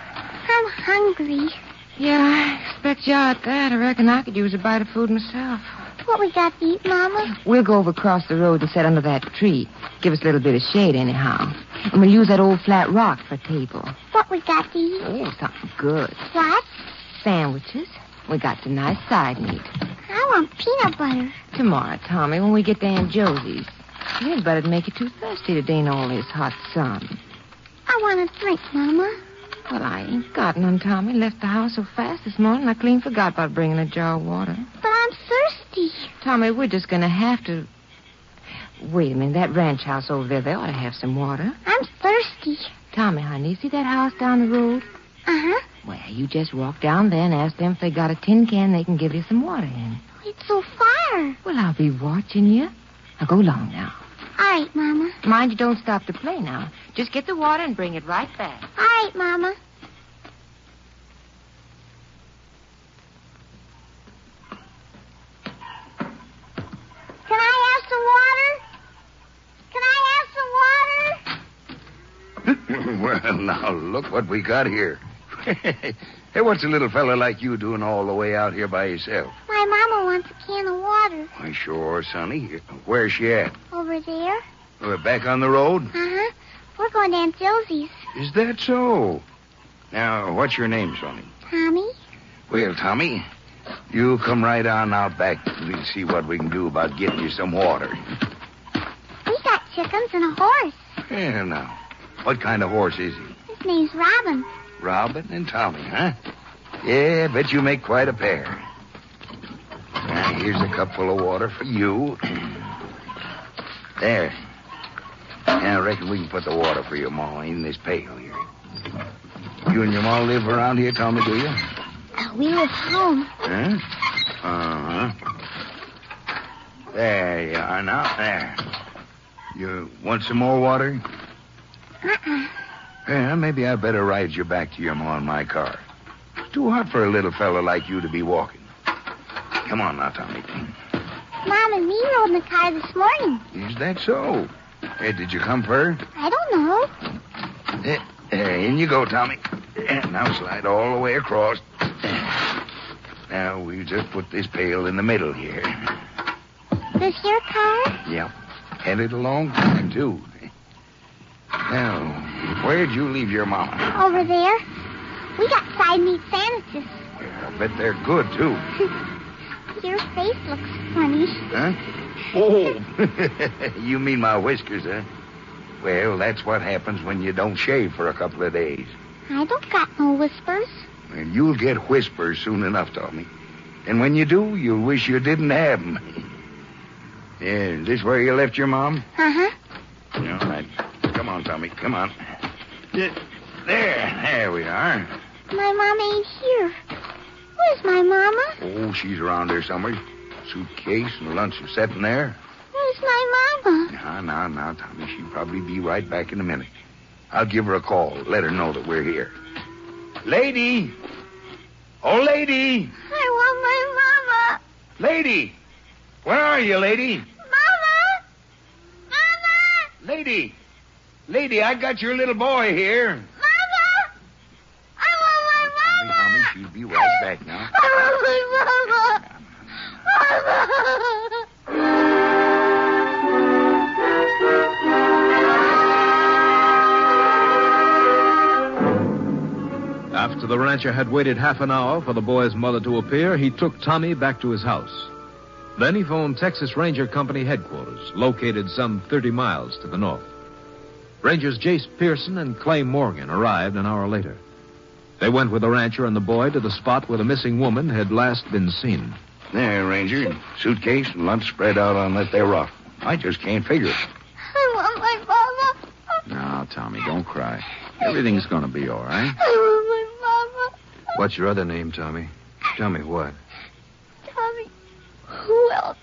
Speaker 13: I'm hungry.
Speaker 14: Yeah, I expect you are at that. I reckon I could use a bite of food myself.
Speaker 13: What we got to eat, Mama?
Speaker 14: We'll go over across the road and sit under that tree. Give us a little bit of shade, anyhow. And we'll use that old flat rock for a table.
Speaker 13: What we got to eat?
Speaker 14: Oh, something good.
Speaker 13: What?
Speaker 14: Sandwiches. We got some nice side meat.
Speaker 13: I want peanut butter.
Speaker 14: Tomorrow, Tommy, when we get to Aunt Josie's. Peanut butter'd make you too thirsty today in all this hot sun.
Speaker 13: I want a drink, Mama.
Speaker 14: Well, I ain't got none, Tommy. Left the house so fast this morning, I clean forgot about bringing a jar of water.
Speaker 13: But I'm thirsty.
Speaker 14: Tommy, we're just gonna have to. Wait a minute. That ranch house over there, they ought to have some water.
Speaker 13: I'm thirsty.
Speaker 14: Tommy, honey, see that house down the road?
Speaker 13: Uh huh.
Speaker 14: Well, you just walk down there and ask them if they got a tin can they can give you some water in.
Speaker 13: It's so far.
Speaker 14: Well, I'll be watching you. Now go along now.
Speaker 13: I right, Mama.
Speaker 14: Mind you don't stop to play now. Just get the water and bring it right back.
Speaker 13: All right, Mama. Can I have some water? Can I have some water?
Speaker 15: well, now look what we got here. hey, what's a little fella like you doing all the way out here by yourself?
Speaker 13: My Mama wants a can of water.
Speaker 15: Why, sure, Sonny. Where's she at?
Speaker 13: Over there.
Speaker 15: We're back on the road?
Speaker 13: Uh-huh. We're going to Aunt Josie's.
Speaker 15: Is that so? Now, what's your name, Sonny?
Speaker 13: Tommy?
Speaker 15: Well, Tommy, you come right on out back. We'll see what we can do about getting you some water.
Speaker 13: We got chickens and a horse.
Speaker 15: Well, now, what kind of horse is he?
Speaker 13: His name's Robin.
Speaker 15: Robin and Tommy, huh? Yeah, bet you make quite a pair. Now, here's a cupful of water for you. There. Now, I reckon we can put the water for your ma in this pail here. You and your ma live around here, Tommy, do you?
Speaker 14: Oh,
Speaker 13: Uh, we live home.
Speaker 15: Huh? Uh-huh. There you are now. There. You want some more water?
Speaker 13: Uh-uh.
Speaker 15: Yeah, maybe I better ride you back to your ma in my car. Too hot for a little fella like you to be walking. Come on now, Tommy.
Speaker 13: Mom and me rode in the car this morning.
Speaker 15: Is that so? Hey, did you come fur?
Speaker 13: I don't know.
Speaker 15: Eh, eh, in you go, Tommy. Eh, now slide all the way across. Now we just put this pail in the middle here.
Speaker 13: This your car?
Speaker 15: Yep. Had it a long time, too. Now, where'd you leave your mama?
Speaker 13: Over there. We got side meat sandwiches.
Speaker 15: I bet they're good, too.
Speaker 13: Your face looks funny.
Speaker 15: Huh? Oh. you mean my whiskers, huh? Well, that's what happens when you don't shave for a couple of days.
Speaker 13: I don't got no whispers.
Speaker 15: And you'll get whispers soon enough, Tommy. And when you do, you'll wish you didn't have 'em. Yeah, is this where you left your mom?
Speaker 13: Uh-huh.
Speaker 15: All right. Come on, Tommy. Come on. Yeah, There. There we are.
Speaker 13: My mom ain't here. Where's my mama?
Speaker 15: Oh, she's around there somewhere. Suitcase and lunch are setting there.
Speaker 13: Where's my mama?
Speaker 15: Now, now, now, Tommy. She'll probably be right back in a minute. I'll give her a call. Let her know that we're here. Lady! Oh, lady!
Speaker 13: I want my mama.
Speaker 15: Lady! Where are you, lady?
Speaker 13: Mama!
Speaker 15: Lady! Lady, I got your little boy here.
Speaker 13: Mama! I want my mama.
Speaker 15: Tommy, she'll be right back now.
Speaker 13: I want my mama. Mama!
Speaker 4: After the rancher had waited half an hour for the boy's mother to appear, he took Tommy back to his house. Then he phoned Texas Ranger Company headquarters, located some 30 miles to the north. Rangers Jace Pearson and Clay Morgan arrived an hour later. They went with the rancher and the boy to the spot where the missing woman had last been seen.
Speaker 15: There, Ranger. Suitcase and lunch spread out on that there rock. I just can't figure it.
Speaker 13: I want my mama.
Speaker 7: Now, Tommy, don't cry. Everything's going to be all right.
Speaker 13: I want my mama.
Speaker 7: What's your other name, Tommy? Tell me what?
Speaker 13: Tommy, who else?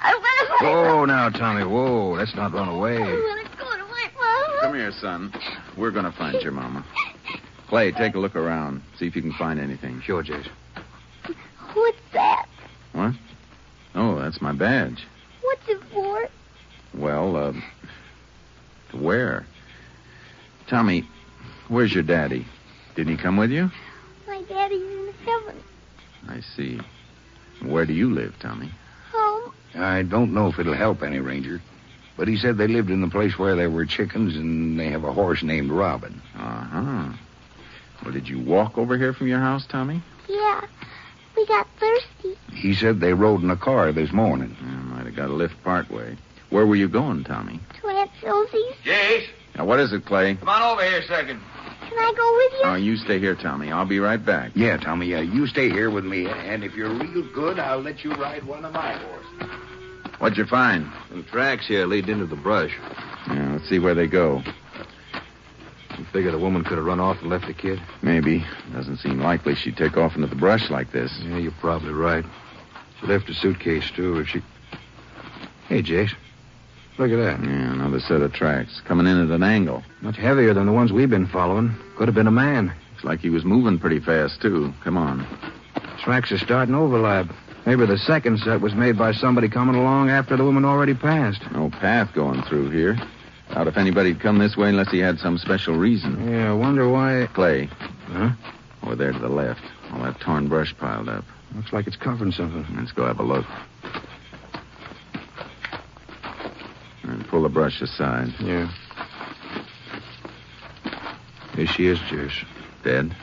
Speaker 13: I want my
Speaker 15: Oh,
Speaker 7: Whoa, now, Tommy. Whoa. Let's not run
Speaker 13: I
Speaker 7: away.
Speaker 13: want to go to my mama.
Speaker 7: Come here, son. We're going to find your mama. Clay, take a look around. See if you can find anything. Sure, Jace.
Speaker 13: What's that?
Speaker 7: What? Oh, that's my badge.
Speaker 13: What's it for?
Speaker 7: Well, uh, to wear. Tommy, where's your daddy? Didn't he come with you?
Speaker 13: My daddy's in heaven.
Speaker 7: I see. Where do you live, Tommy?
Speaker 13: Home.
Speaker 15: I don't know if it'll help any, Ranger. But he said they lived in the place where there were chickens and they have a horse named Robin.
Speaker 7: Uh huh. Well, did you walk over here from your house, Tommy?
Speaker 13: Yeah. We got thirsty.
Speaker 15: He said they rode in a car this morning.
Speaker 7: I might have got a lift partway. Where were you going, Tommy?
Speaker 13: To Aunt Josie's.
Speaker 16: Jace,
Speaker 7: Now, what is it, Clay?
Speaker 16: come on over here a second.
Speaker 13: Can I go with you?
Speaker 7: Now, you stay here, Tommy. I'll be right back.
Speaker 15: Yeah, Tommy, yeah. You stay here with me, and if you're real good, I'll let you ride one of my horses.
Speaker 7: What'd you find?
Speaker 4: Some tracks here lead into the brush.
Speaker 7: Yeah, let's see where they go.
Speaker 4: You figure the woman could have run off and left the kid?
Speaker 7: Maybe. Doesn't seem likely she'd take off into the brush like this.
Speaker 4: Yeah, you're probably right. She left her suitcase, too, if she. Hey, Jace.
Speaker 8: Look at that.
Speaker 7: Yeah, another set of tracks coming in at an angle.
Speaker 16: Much heavier than the ones we've been following. Could have been a man.
Speaker 7: Looks like he was moving pretty fast, too. Come on.
Speaker 16: Tracks are starting to overlap. Maybe the second set was made by somebody coming along after the woman already passed.
Speaker 7: No path going through here. Out if anybody'd come this way unless he had some special reason.
Speaker 16: Yeah, I wonder why.
Speaker 7: Clay.
Speaker 16: Huh?
Speaker 7: Over there to the left. All that torn brush piled up.
Speaker 16: Looks like it's covering something.
Speaker 7: Let's go have a look. And pull the brush aside.
Speaker 16: Yeah. Here she is, Jervis.
Speaker 7: Dead?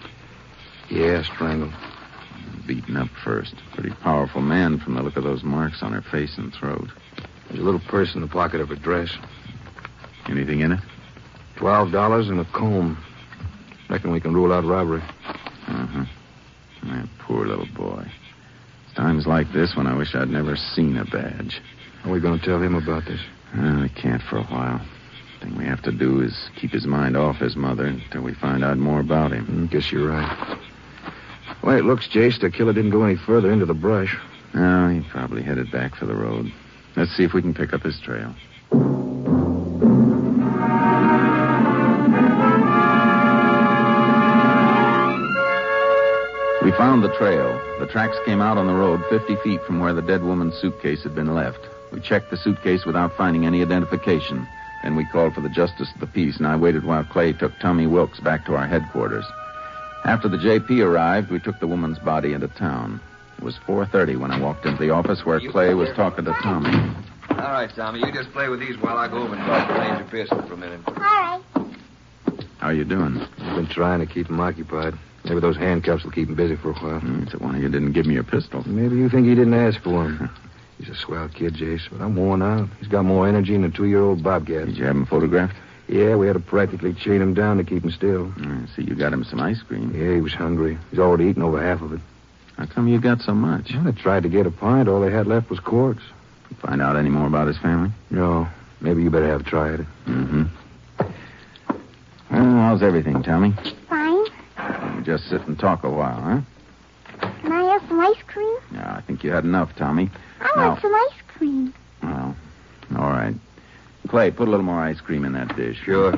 Speaker 16: Yeah, strangled.
Speaker 7: Beaten up first. Pretty powerful man from the look of those marks on her face and throat.
Speaker 16: There's a little purse in the pocket of her dress.
Speaker 7: Anything in it?
Speaker 16: Twelve dollars and a comb. Reckon we can rule out robbery.
Speaker 7: Uh-huh. That poor little boy. It's times like this when I wish I'd never seen a badge.
Speaker 16: How are we going to tell him about this?
Speaker 7: Well, we can't for a while. Thing we have to do is keep his mind off his mother until we find out more about him.
Speaker 16: Mm, guess you're right. The way it looks, Jace, the killer didn't go any further into the brush.
Speaker 7: No, he probably headed back for the road. Let's see if we can pick up his trail. We found the trail. The tracks came out on the road 50 feet from where the dead woman's suitcase had been left. We checked the suitcase without finding any identification. Then we called for the justice of the peace, and I waited while Clay took Tommy Wilkes back to our headquarters. After the JP arrived, we took the woman's body into town. It was 4.30 when I walked into the office where
Speaker 12: You
Speaker 7: Clay
Speaker 12: come
Speaker 7: was
Speaker 12: here.
Speaker 7: talking to Tommy.
Speaker 12: All right, Tommy, you just play with these while I go over and talk to Ranger Pearson for a minute.
Speaker 13: All right.
Speaker 7: How are you doing?
Speaker 16: I've been trying to keep him occupied. Maybe those handcuffs will keep him busy for a while.
Speaker 7: Hmm, It's a wonder you didn't give me your pistol.
Speaker 16: Maybe you think he didn't ask for him. He's a swell kid, Jace, but I'm worn out. He's got more energy than a two-year-old bobcat.
Speaker 7: Did you have him photographed?
Speaker 16: Yeah, we had to practically chain him down to keep him still.
Speaker 7: I see you got him some ice cream.
Speaker 16: Yeah, he was hungry. He's already eaten over half of it.
Speaker 7: How come you got so much?
Speaker 16: Well, I tried to get a pint. All they had left was quarts.
Speaker 7: Find out any more about his family?
Speaker 16: No, maybe you better have tried it.
Speaker 7: Mm-hmm. Well, how's everything, Tommy?
Speaker 13: Fine.
Speaker 7: We just sit and talk a while, huh?
Speaker 13: Can I have some ice cream?
Speaker 7: Yeah, I think you had enough, Tommy.
Speaker 13: I
Speaker 7: No.
Speaker 13: want some ice cream.
Speaker 7: Well, all right. Clay, put a little more ice cream in that dish.
Speaker 16: Sure.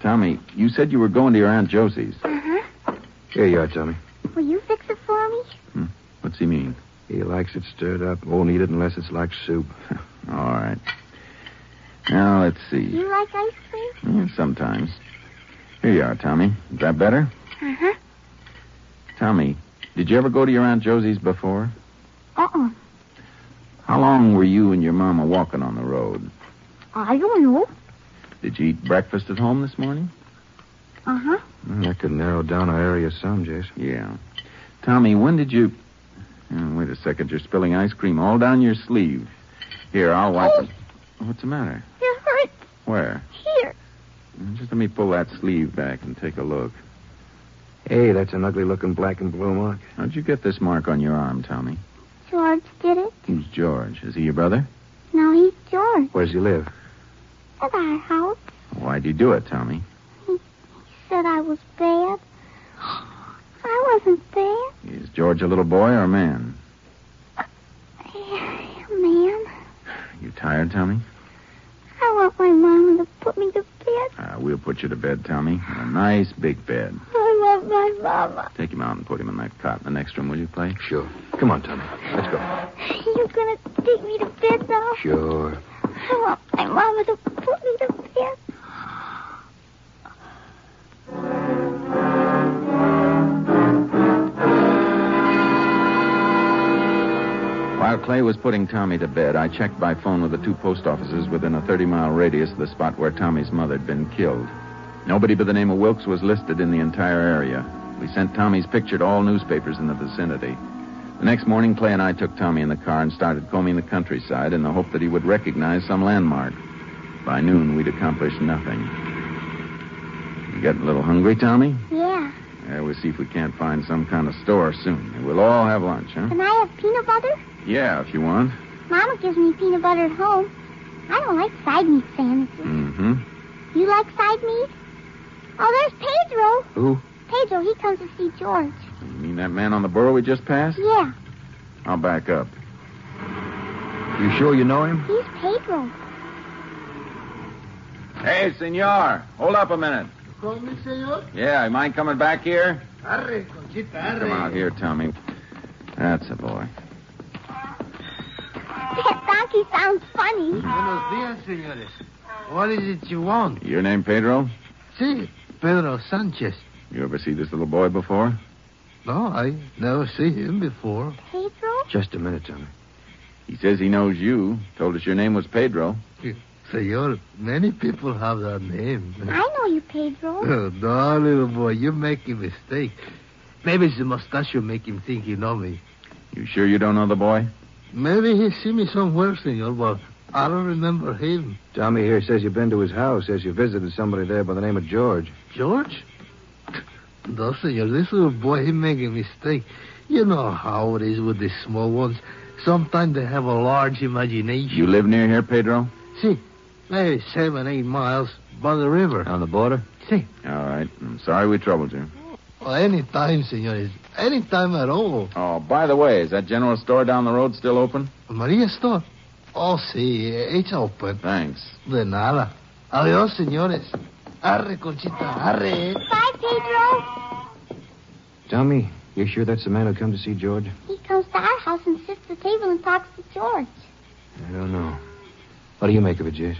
Speaker 7: Tommy, you said you were going to your Aunt Josie's.
Speaker 13: Uh huh.
Speaker 16: Here you are, Tommy.
Speaker 13: Will you fix it for me?
Speaker 7: What's he mean?
Speaker 16: He likes it stirred up. Won't eat it unless it's like soup.
Speaker 7: All right. Now, let's see.
Speaker 13: You like ice cream?
Speaker 7: Yeah, sometimes. Here you are, Tommy. Is that better?
Speaker 13: Uh huh.
Speaker 7: Tommy, did you ever go to your Aunt Josie's before?
Speaker 13: Uh uh
Speaker 7: How long were you and your mama walking on the road?
Speaker 13: I don't know.
Speaker 7: Did you eat breakfast at home this morning?
Speaker 13: Uh huh.
Speaker 16: Mm, that could narrow down our area some, Jace.
Speaker 7: Yeah. Tommy, when did you. Oh, wait a second. You're spilling ice cream all down your sleeve. Here, I'll wipe it. What's the matter?
Speaker 13: It hurts
Speaker 7: Where?
Speaker 13: here.
Speaker 7: Just let me pull that sleeve back and take a look.
Speaker 16: Hey, that's an ugly looking black and blue mark.
Speaker 7: How'd you get this mark on your arm, Tommy?
Speaker 13: George did it.
Speaker 7: Who's George? Is he your brother?
Speaker 13: Now he's George
Speaker 16: Where does he live?
Speaker 13: at our house.
Speaker 7: Why'd you do it, Tommy?
Speaker 13: Said I was bad. I wasn't bad,
Speaker 7: Is George a little boy or a man?
Speaker 13: ma'am.
Speaker 7: You tired, Tommy?
Speaker 13: I want my mama to put me to bed.
Speaker 7: Uh, we'll put you to bed, Tommy. A nice big bed.
Speaker 13: I love my mama.
Speaker 7: Take him out and put him in that cot in the next room, will you, Clay?
Speaker 16: Sure. Come on, Tommy. Let's go.
Speaker 13: You gonna take me to bed now?
Speaker 16: Sure.
Speaker 13: I want my mama to put me to bed.
Speaker 7: While Clay was putting Tommy to bed, I checked by phone with the two post offices within a 30 mile radius of the spot where Tommy's mother had been killed. Nobody by the name of Wilkes was listed in the entire area. We sent Tommy's picture to all newspapers in the vicinity. The next morning, Clay and I took Tommy in the car and started combing the countryside in the hope that he would recognize some landmark. By noon, we'd accomplished nothing. You getting a little hungry, Tommy?
Speaker 13: Yeah.
Speaker 7: Yeah, we'll see if we can't find some kind of store soon. And We'll all have lunch, huh?
Speaker 13: Can I have peanut butter?
Speaker 7: Yeah, if you want.
Speaker 13: Mama gives me peanut butter at home. I don't like side meat sandwiches.
Speaker 7: Mm-hmm.
Speaker 13: You like side meat? Oh, there's Pedro.
Speaker 7: Who?
Speaker 13: Pedro, he comes to see George.
Speaker 7: You mean that man on the burro we just passed?
Speaker 13: Yeah,
Speaker 7: I'll back up.
Speaker 16: You sure you know him?
Speaker 13: he's Pedro.
Speaker 7: Hey, senor, hold up a minute.
Speaker 17: Call me, senor?
Speaker 7: Yeah, you mind coming back here?
Speaker 17: Arre, Conchita, arre.
Speaker 7: Come out here, Tommy. That's a boy.
Speaker 13: That donkey sounds funny.
Speaker 17: Buenos dias, senores. What is it you want?
Speaker 7: Your name Pedro?
Speaker 17: Si, Pedro Sanchez.
Speaker 7: You ever see this little boy before?
Speaker 17: No, I never see him before.
Speaker 13: Pedro?
Speaker 7: Just a minute, Tommy. He says he knows you. Told us your name was Pedro.
Speaker 17: Senor, many people have that name.
Speaker 13: I know you, Pedro.
Speaker 17: Oh, no, little boy, you're making a mistake. Maybe it's the mustache will make him think you know me.
Speaker 7: You sure you don't know the boy?
Speaker 17: Maybe he see me somewhere, senor, but I don't remember him.
Speaker 16: Tommy here says you've been to his house, says you visited somebody there by the name of George.
Speaker 17: George? No, senor, this little boy, he make a mistake. You know how it is with the small ones. Sometimes they have a large imagination.
Speaker 7: You live near here, Pedro?
Speaker 17: See, maybe seven, eight miles by the river.
Speaker 7: On the border?
Speaker 17: See,
Speaker 7: All right. I'm sorry we troubled you.
Speaker 17: well, any time, senor, any time at all.
Speaker 7: Oh, by the way, is that general store down the road still open?
Speaker 17: Maria store. Oh, see, it's open.
Speaker 7: Thanks.
Speaker 17: De nada. Adios, senores. Arre, Conchita, arre.
Speaker 13: Bye, Pedro.
Speaker 16: Tommy, you sure that's the man who come to see George?
Speaker 13: He comes to our house and sits at the table and talks to George.
Speaker 16: I don't know. What do you make of it, Jess?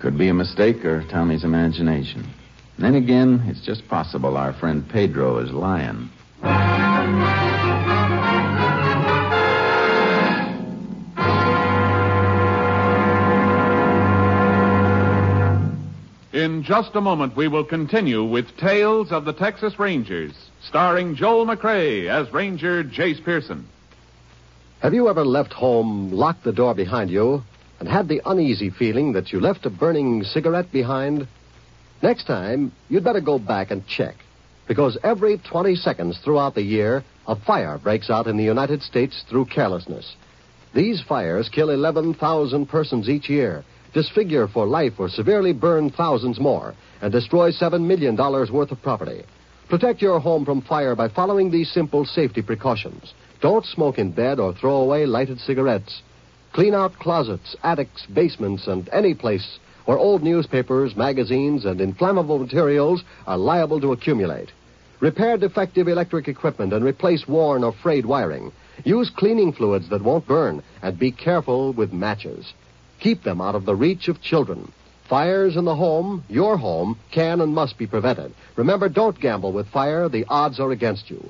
Speaker 7: Could be a mistake or Tommy's imagination. Then again, it's just possible our friend Pedro is lying.
Speaker 2: In just a moment, we will continue with Tales of the Texas Rangers, starring Joel McRae as Ranger Jace Pearson.
Speaker 3: Have you ever left home, locked the door behind you, and had the uneasy feeling that you left a burning cigarette behind? Next time, you'd better go back and check, because every 20 seconds throughout the year, a fire breaks out in the United States through carelessness. These fires kill 11,000 persons each year, disfigure for life or severely burn thousands more, and destroy $7 million worth of property. Protect your home from fire by following these simple safety precautions. Don't smoke in bed or throw away lighted cigarettes. Clean out closets, attics, basements, and any place where old newspapers, magazines, and inflammable materials are liable to accumulate. Repair defective electric equipment and replace worn or frayed wiring. Use cleaning fluids that won't burn, and be careful with matches. Keep them out of the reach of children. Fires in the home, your home, can and must be prevented. Remember, don't gamble with fire. The odds are against you.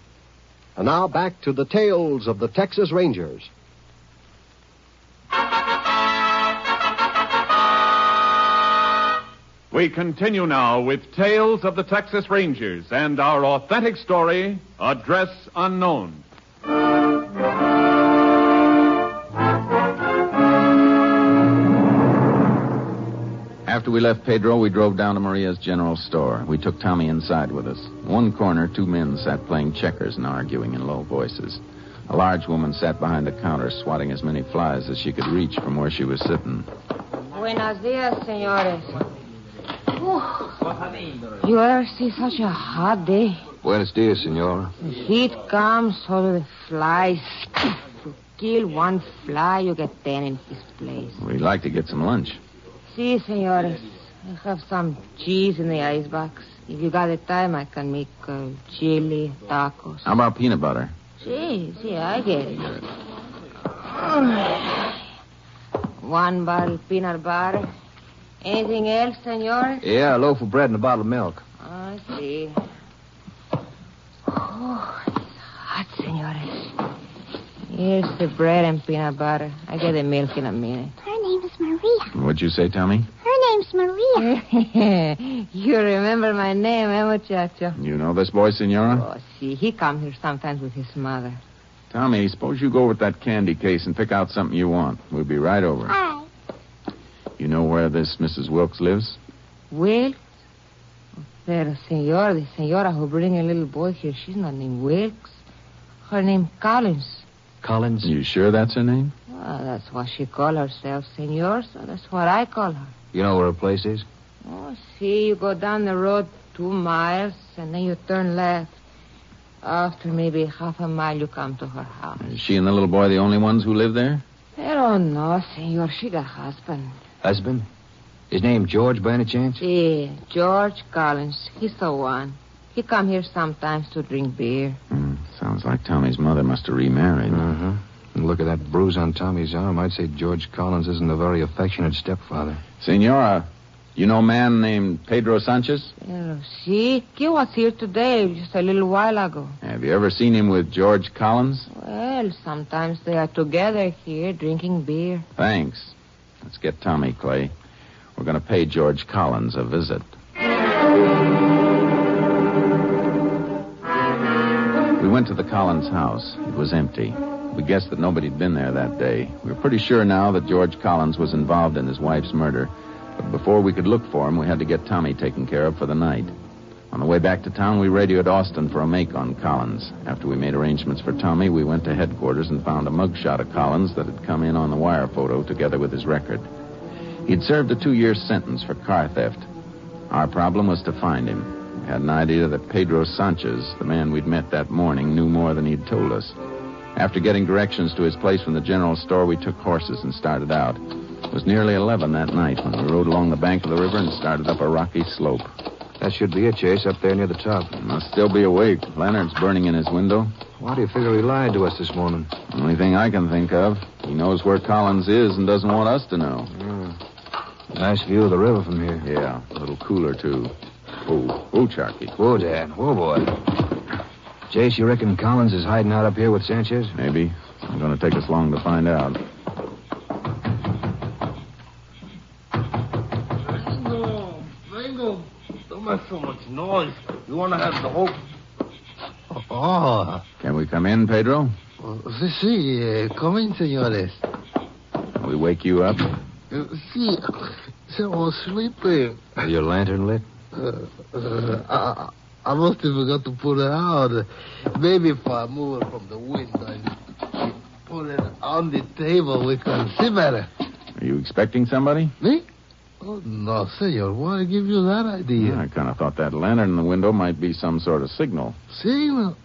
Speaker 3: And now back to the tales of the Texas Rangers.
Speaker 2: We continue now with Tales of the Texas Rangers and our authentic story, Address Unknown.
Speaker 7: After we left Pedro, we drove down to Maria's general store. We took Tommy inside with us. In one corner, two men sat playing checkers and arguing in low voices. A large woman sat behind the counter, swatting as many flies as she could reach from where she was sitting.
Speaker 14: Buenos dias, senores. You ever see such a hot day?
Speaker 18: Buenos dias, senora.
Speaker 14: The heat comes, so do the flies. If you kill one fly, you get ten in his place.
Speaker 7: We'd like to get some lunch.
Speaker 14: See, senores, I have some cheese in the icebox. If you got the time, I can make uh, chili, tacos.
Speaker 7: How about peanut butter?
Speaker 14: See, see, I get it. One bottle peanut butter. Anything else, senores?
Speaker 16: Yeah, a loaf of bread and a bottle of milk.
Speaker 14: I see. Oh, it's hot, senores. Here's the bread and peanut butter. I get the milk in a minute.
Speaker 13: Her name is Maria.
Speaker 7: What'd you say, Tommy?
Speaker 13: Her name's Maria.
Speaker 14: you remember my name, eh, muchacho?
Speaker 7: You know this boy, senora?
Speaker 14: Oh, see, he comes here sometimes with his mother.
Speaker 7: Tommy, suppose you go with that candy case and pick out something you want. We'll be right over.
Speaker 13: Hi.
Speaker 7: You know where this Mrs. Wilkes lives?
Speaker 14: Will? The senor, the senora who bring a little boy here, she's not named Wilkes. Her name Collins.
Speaker 7: Collins. You sure that's her name?
Speaker 14: Well, that's what she call herself, senor, so that's what I call her.
Speaker 18: You know where her place is?
Speaker 14: Oh, see, you go down the road two miles, and then you turn left. After maybe half a mile, you come to her house.
Speaker 7: Is she and the little boy the only ones who live there?
Speaker 14: I don't know, senor. She got husband.
Speaker 18: Husband? His name George, by any chance?
Speaker 14: Yeah, George Collins. He's the one. He come here sometimes to drink beer.
Speaker 18: Sounds like Tommy's mother must have remarried. Uh huh. And look at that bruise on Tommy's arm. I'd say George Collins isn't a very affectionate stepfather.
Speaker 7: Senora, you know a man named Pedro Sanchez?
Speaker 14: Oh, see, he was here today, just a little while ago.
Speaker 7: Have you ever seen him with George Collins?
Speaker 14: Well, sometimes they are together here drinking beer.
Speaker 7: Thanks. Let's get Tommy, Clay. We're going to pay George Collins a visit. We went to the Collins house. It was empty. We guessed that nobody'd been there that day. We were pretty sure now that George Collins was involved in his wife's murder. But before we could look for him, we had to get Tommy taken care of for the night. On the way back to town, we radioed Austin for a make on Collins. After we made arrangements for Tommy, we went to headquarters and found a mugshot of Collins that had come in on the wire photo together with his record. He'd served a two year sentence for car theft. Our problem was to find him. We had an idea that Pedro Sanchez, the man we'd met that morning, knew more than he'd told us. After getting directions to his place from the general store, we took horses and started out. It was nearly 11 that night when we rode along the bank of the river and started up a rocky slope.
Speaker 18: That should be it, Chase, up there near the top.
Speaker 7: Must still be awake. Lantern's burning in his window.
Speaker 18: Why do you figure he lied to us this morning?
Speaker 7: Only thing I can think of. He knows where Collins is and doesn't want us to know.
Speaker 18: Nice view of the river from here.
Speaker 7: Yeah, a little cooler, too. Oh, oh, Sharky.
Speaker 18: Whoa, Dad. Whoa, boy. Chase, you reckon Collins is hiding out up here with Sanchez?
Speaker 7: Maybe. It's going to take us long to find out.
Speaker 17: Bingo, bingo. Don't make so much noise. You want to have the whole.
Speaker 7: Oh. Can we come in, Pedro?
Speaker 17: Sí, sí, eh, come in, señores.
Speaker 7: Can we wake you up?
Speaker 17: Eh, Sí, se was sleeping.
Speaker 18: Is your lantern lit?
Speaker 17: Uh, uh, I, I must have forgot to put it out. Maybe if I move it from the window and put it on the table, we can see better.
Speaker 7: Are you expecting somebody?
Speaker 17: Me? Oh, no, senor. Why give you that idea?
Speaker 7: I kind of thought that lantern in the window might be some sort of signal.
Speaker 17: Signal?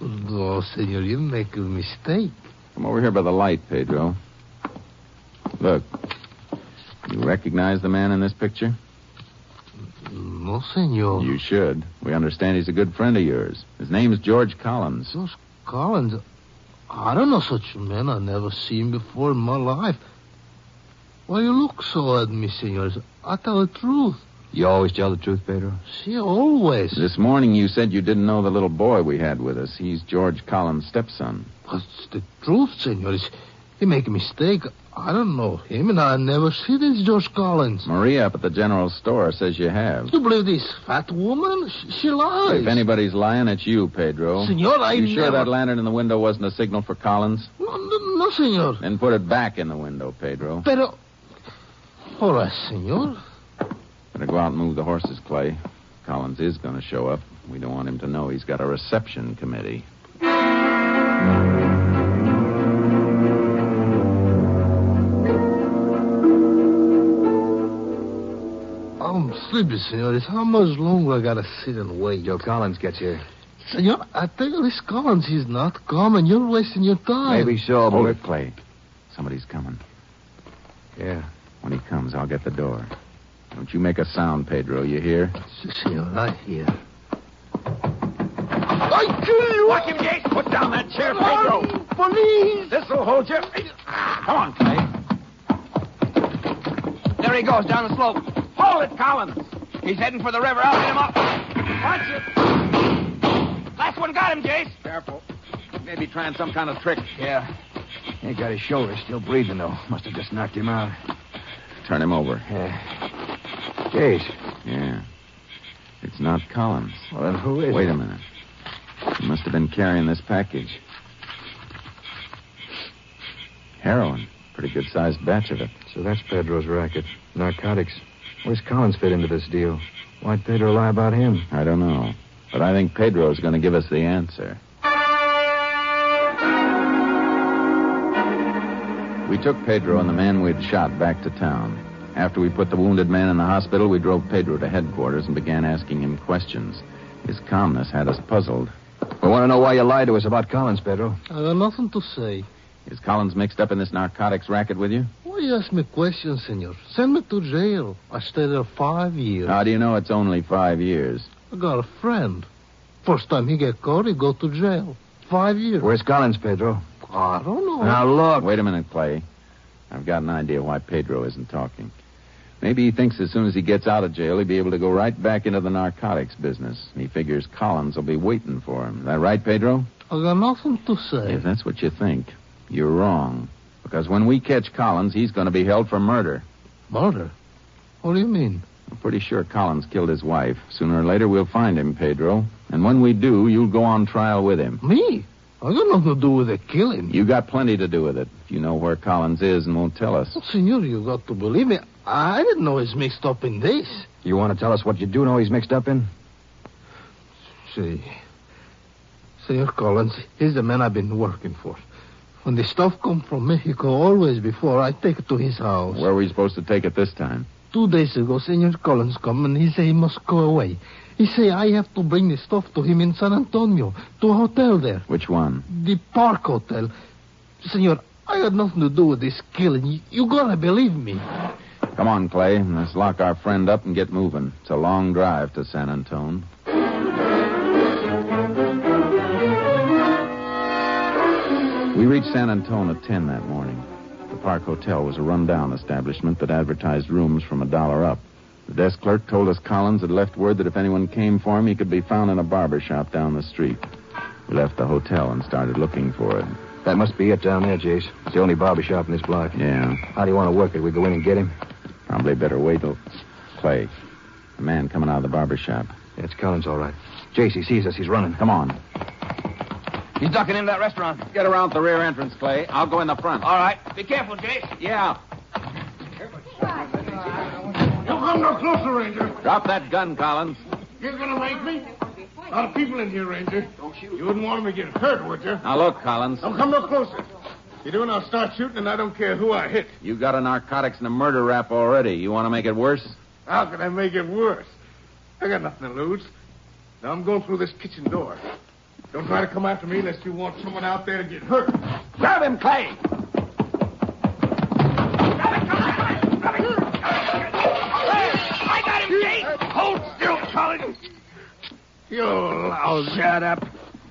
Speaker 17: No, senor, you make a mistake.
Speaker 7: Come over here by the light, Pedro. Look. You recognize the man in this picture?
Speaker 17: No, senor.
Speaker 7: You should. We understand he's a good friend of yours. His name's George Collins.
Speaker 17: Collins, I don't know such a man I never seen before in my life. Why you look so at me, senor? I tell the truth.
Speaker 18: You always tell the truth, Pedro?
Speaker 17: See, always.
Speaker 7: This morning you said you didn't know the little boy we had with us. He's George Collins' stepson.
Speaker 17: What's the truth, senor? It's- He make a mistake. I don't know him, and I never see this George Collins.
Speaker 7: Maria up at the general store says you have.
Speaker 17: You believe this fat woman? She, she lies.
Speaker 7: If anybody's lying, it's you, Pedro.
Speaker 17: Senor, I
Speaker 7: You sure
Speaker 17: never-
Speaker 7: that lantern in the window wasn't a signal for Collins?
Speaker 17: No, no, no, senor.
Speaker 7: Then put it back in the window, Pedro.
Speaker 17: Pero... Hola, senor.
Speaker 7: Better go out and move the horses, Clay. Collins is going to show up. We don't want him to know he's got a reception committee.
Speaker 17: I'm sleepy, senores. How much longer I gotta sit and wait?
Speaker 18: Till Collins gets here.
Speaker 17: Senor, I tell you, this Collins is not coming. You're wasting your time.
Speaker 18: Maybe so,
Speaker 7: Hold
Speaker 18: but...
Speaker 7: it, Clay. Somebody's coming.
Speaker 18: Yeah.
Speaker 7: When he comes, I'll get the door. Don't you make a sound, Pedro. You hear?
Speaker 17: Senor, I hear.
Speaker 15: I kill you! Walk him, Jake! Put down that chair, Pedro! Police! This'll hold you. Come on, Clay. There he goes, down the slope. Hold it, Collins! He's heading for the river. I'll hit him up. Watch it. Last one got him, Jase.
Speaker 12: Careful. Maybe trying some kind of trick.
Speaker 18: Yeah. He got his shoulder still breathing, though. Must have just knocked him out.
Speaker 7: Turn him over.
Speaker 18: Yeah. Chase.
Speaker 7: Yeah. It's not Collins.
Speaker 18: Well, then who is
Speaker 7: Wait
Speaker 18: it?
Speaker 7: a minute. He must have been carrying this package. Heroin. Pretty good sized batch of it.
Speaker 18: So that's Pedro's racket. Narcotics. Where's Collins fit into this deal? Why'd Pedro lie about him?
Speaker 7: I don't know. But I think Pedro's going to give us the answer. We took Pedro and the man we'd shot back to town. After we put the wounded man in the hospital, we drove Pedro to headquarters and began asking him questions. His calmness had us puzzled.
Speaker 18: We want to know why you lied to us about Collins, Pedro.
Speaker 17: I got nothing to say.
Speaker 7: Is Collins mixed up in this narcotics racket with you?
Speaker 17: Why, Nobody ask me questions, senor. Send me to jail. I stay there five years.
Speaker 7: How do you know it's only five years?
Speaker 17: I got a friend. First time he get caught, he go to jail. Five years.
Speaker 7: Where's Collins, Pedro?
Speaker 17: I don't
Speaker 18: Oh.
Speaker 17: know.
Speaker 7: Now look. Wait a minute, Clay. I've got an idea why Pedro isn't talking. Maybe he thinks as soon as he gets out of jail, he'll be able to go right back into the narcotics business. He figures Collins will be waiting for him. Is that right, Pedro?
Speaker 17: I got nothing to say.
Speaker 7: If that's what you think, you're wrong. Because when we catch Collins, he's going to be held for murder.
Speaker 17: Murder? What do you mean?
Speaker 7: I'm pretty sure Collins killed his wife. Sooner or later, we'll find him, Pedro. And when we do, you'll go on trial with him.
Speaker 17: Me? I got nothing to do with the killing.
Speaker 7: You got plenty to do with it. If you know where Collins is and won't tell us.
Speaker 17: Well, senor, you got to believe me. I didn't know he's mixed up in this.
Speaker 19: You want to tell us what you do know he's mixed up in?
Speaker 17: See, Senor Collins, he's the man I've been working for. When the stuff come from Mexico, always before I take it to his house.
Speaker 7: Where were you supposed to take it this time?
Speaker 17: Two days ago, Senor Collins come and he say he must go away. He say I have to bring the stuff to him in San Antonio, to a hotel there,
Speaker 7: Which one?
Speaker 17: the Park Hotel. Senor, I had nothing to do with this killing. You, you gotta believe me.
Speaker 7: Come on, Clay. Let's lock our friend up and get moving. It's a long drive to San Antone. We reached San Antone at 10 that morning. The Park Hotel was a rundown establishment that advertised rooms from a dollar up. The desk clerk told us Collins had left word that if anyone came for him, he could be found in a barber shop down the street. We left the hotel and started looking for it.
Speaker 19: That must be it down there, Jace. It's the only barber shop in this block.
Speaker 7: Yeah.
Speaker 19: How do you want to work it? We go in and get him?
Speaker 7: Probably better wait till Clay. The man coming out of the barber shop.
Speaker 19: It's Collins, all right. Jace, he sees us. He's running.
Speaker 7: Come on.
Speaker 19: He's ducking into that restaurant.
Speaker 7: Get around the rear entrance, Clay. I'll go in the front.
Speaker 19: All right.
Speaker 20: Be careful, Jace.
Speaker 7: Yeah.
Speaker 8: You come no closer, Ranger.
Speaker 7: Drop that gun, Collins.
Speaker 8: You're gonna make me? A lot of people in here, Ranger. Don't shoot. You wouldn't want me to get hurt, would you?
Speaker 7: Now look, Collins.
Speaker 8: Don't come no closer. You do, and I'll start shooting, and I don't care who I hit.
Speaker 7: You got a narcotics and a murder rap already. You want to make it worse?
Speaker 8: How could I make it worse? I got nothing to lose. Now I'm going through this kitchen door. Don't try to come after me unless you want someone out there to get hurt.
Speaker 20: Grab him, Clay.
Speaker 10: I got him, Jake. Hold still, Collins.
Speaker 8: You lousy. Shut up.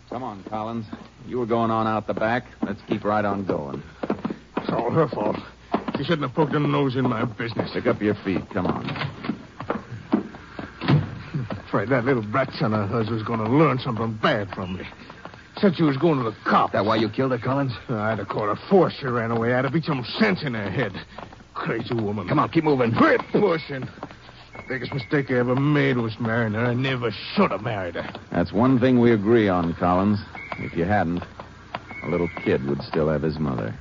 Speaker 7: Come on, Collins. You were going on out the back. Let's keep right on going.
Speaker 8: It's all her fault. She shouldn't have poked her nose in my business.
Speaker 7: Pick up your feet. Come on.
Speaker 8: Afraid that little brat son of hers was going to learn something bad from me. Said she was going to the cops. Uh,
Speaker 19: That why you killed her, Collins?
Speaker 8: I'd have caught her before she ran away. I'd have beat some sense in her head. Crazy woman.
Speaker 19: Come on, keep moving.
Speaker 8: Quit pushing. Biggest mistake I ever made was marrying her. I never should have married her.
Speaker 7: That's one thing we agree on, Collins. If you hadn't, a little kid would still have his mother.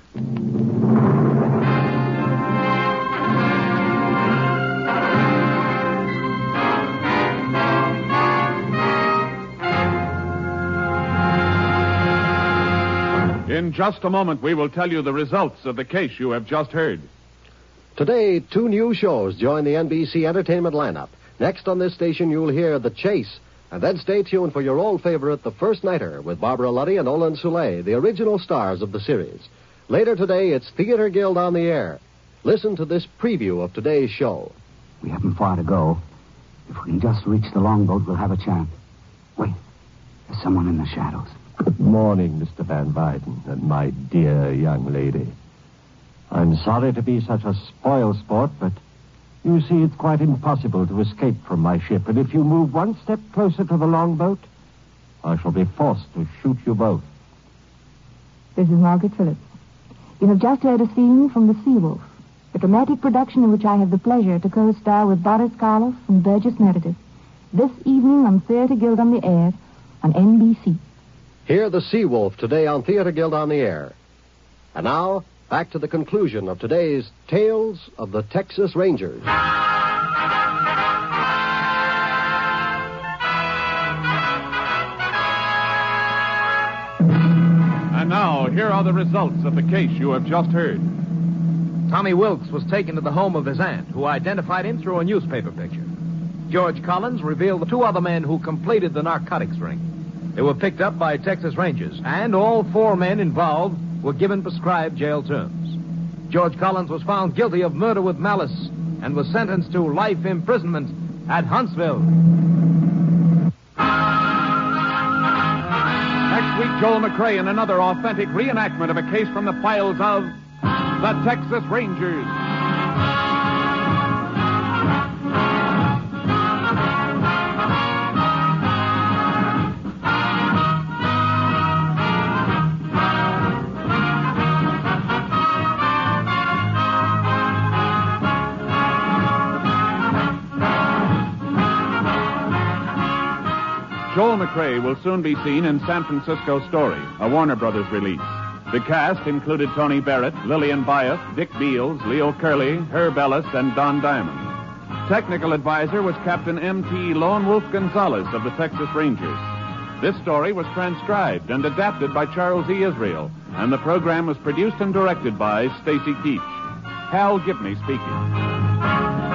Speaker 2: In just a moment, we will tell you the results of the case you have just heard.
Speaker 3: Today, two new shows join the NBC Entertainment lineup. Next on this station, you'll hear The Chase. And then stay tuned for your old favorite, The First Nighter, with Barbara Luddy and Olin Soule, the original stars of the series. Later today, it's Theater Guild on the Air. Listen to this preview of today's show.
Speaker 5: We haven't far to go. If we can just reach the longboat, we'll have a chance. Wait, there's someone in the shadows.
Speaker 4: Good morning, Mr. Van Wyden, and my dear young lady. I'm sorry to be such a spoil sport, but you see, it's quite impossible to escape from my ship, and if you move one step closer to the longboat, I shall be forced to shoot you both.
Speaker 6: This is Margaret Phillips. You have just heard a scene from The Sea Wolf, a dramatic production in which I have the pleasure to co-star with Boris Karloff and Burgess Meredith. This evening on Theatre Guild on the Air on NBC.
Speaker 3: Hear The Sea Wolf today on Theater Guild on the Air. And now, back to the conclusion of today's Tales of the Texas Rangers.
Speaker 2: And now, here are the results of the case you have just heard.
Speaker 21: Tommy Wilkes was taken to the home of his aunt, who identified him through a newspaper picture. George Collins revealed the two other men who completed the narcotics ring. They were picked up by Texas Rangers, and all four men involved were given prescribed jail terms.
Speaker 4: George Collins was found guilty of murder with malice and was sentenced to life imprisonment at Huntsville.
Speaker 2: Next week, Joel McRae in another authentic reenactment of a case from the files of the Texas Rangers. Joel McRae will soon be seen in San Francisco Story, a Warner Brothers release. The cast included Tony Barrett, Lillian Bias, Dick Beals, Leo Curley, Herb Ellis, and Don Diamond. Technical advisor was Captain M.T. Lone Wolf Gonzalez of the Texas Rangers. This story was transcribed and adapted by Charles E. Israel, and the program was produced and directed by Stacy Keach. Hal Gibney speaking.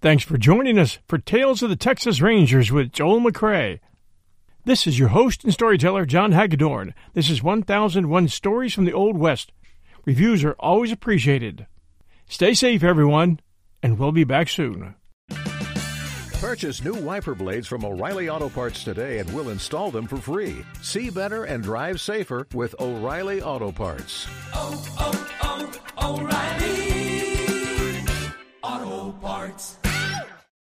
Speaker 1: Thanks for joining us for Tales of the Texas Rangers with Joel McRae. This is your host and storyteller, John Hagedorn. This is 1001 Stories from the Old West. Reviews are always appreciated. Stay safe, everyone, and we'll be back soon.
Speaker 22: Purchase new wiper blades from O'Reilly Auto Parts today and we'll install them for free. See better and drive safer with O'Reilly Auto Parts.
Speaker 10: Oh, oh, oh, O'Reilly. Auto Parts.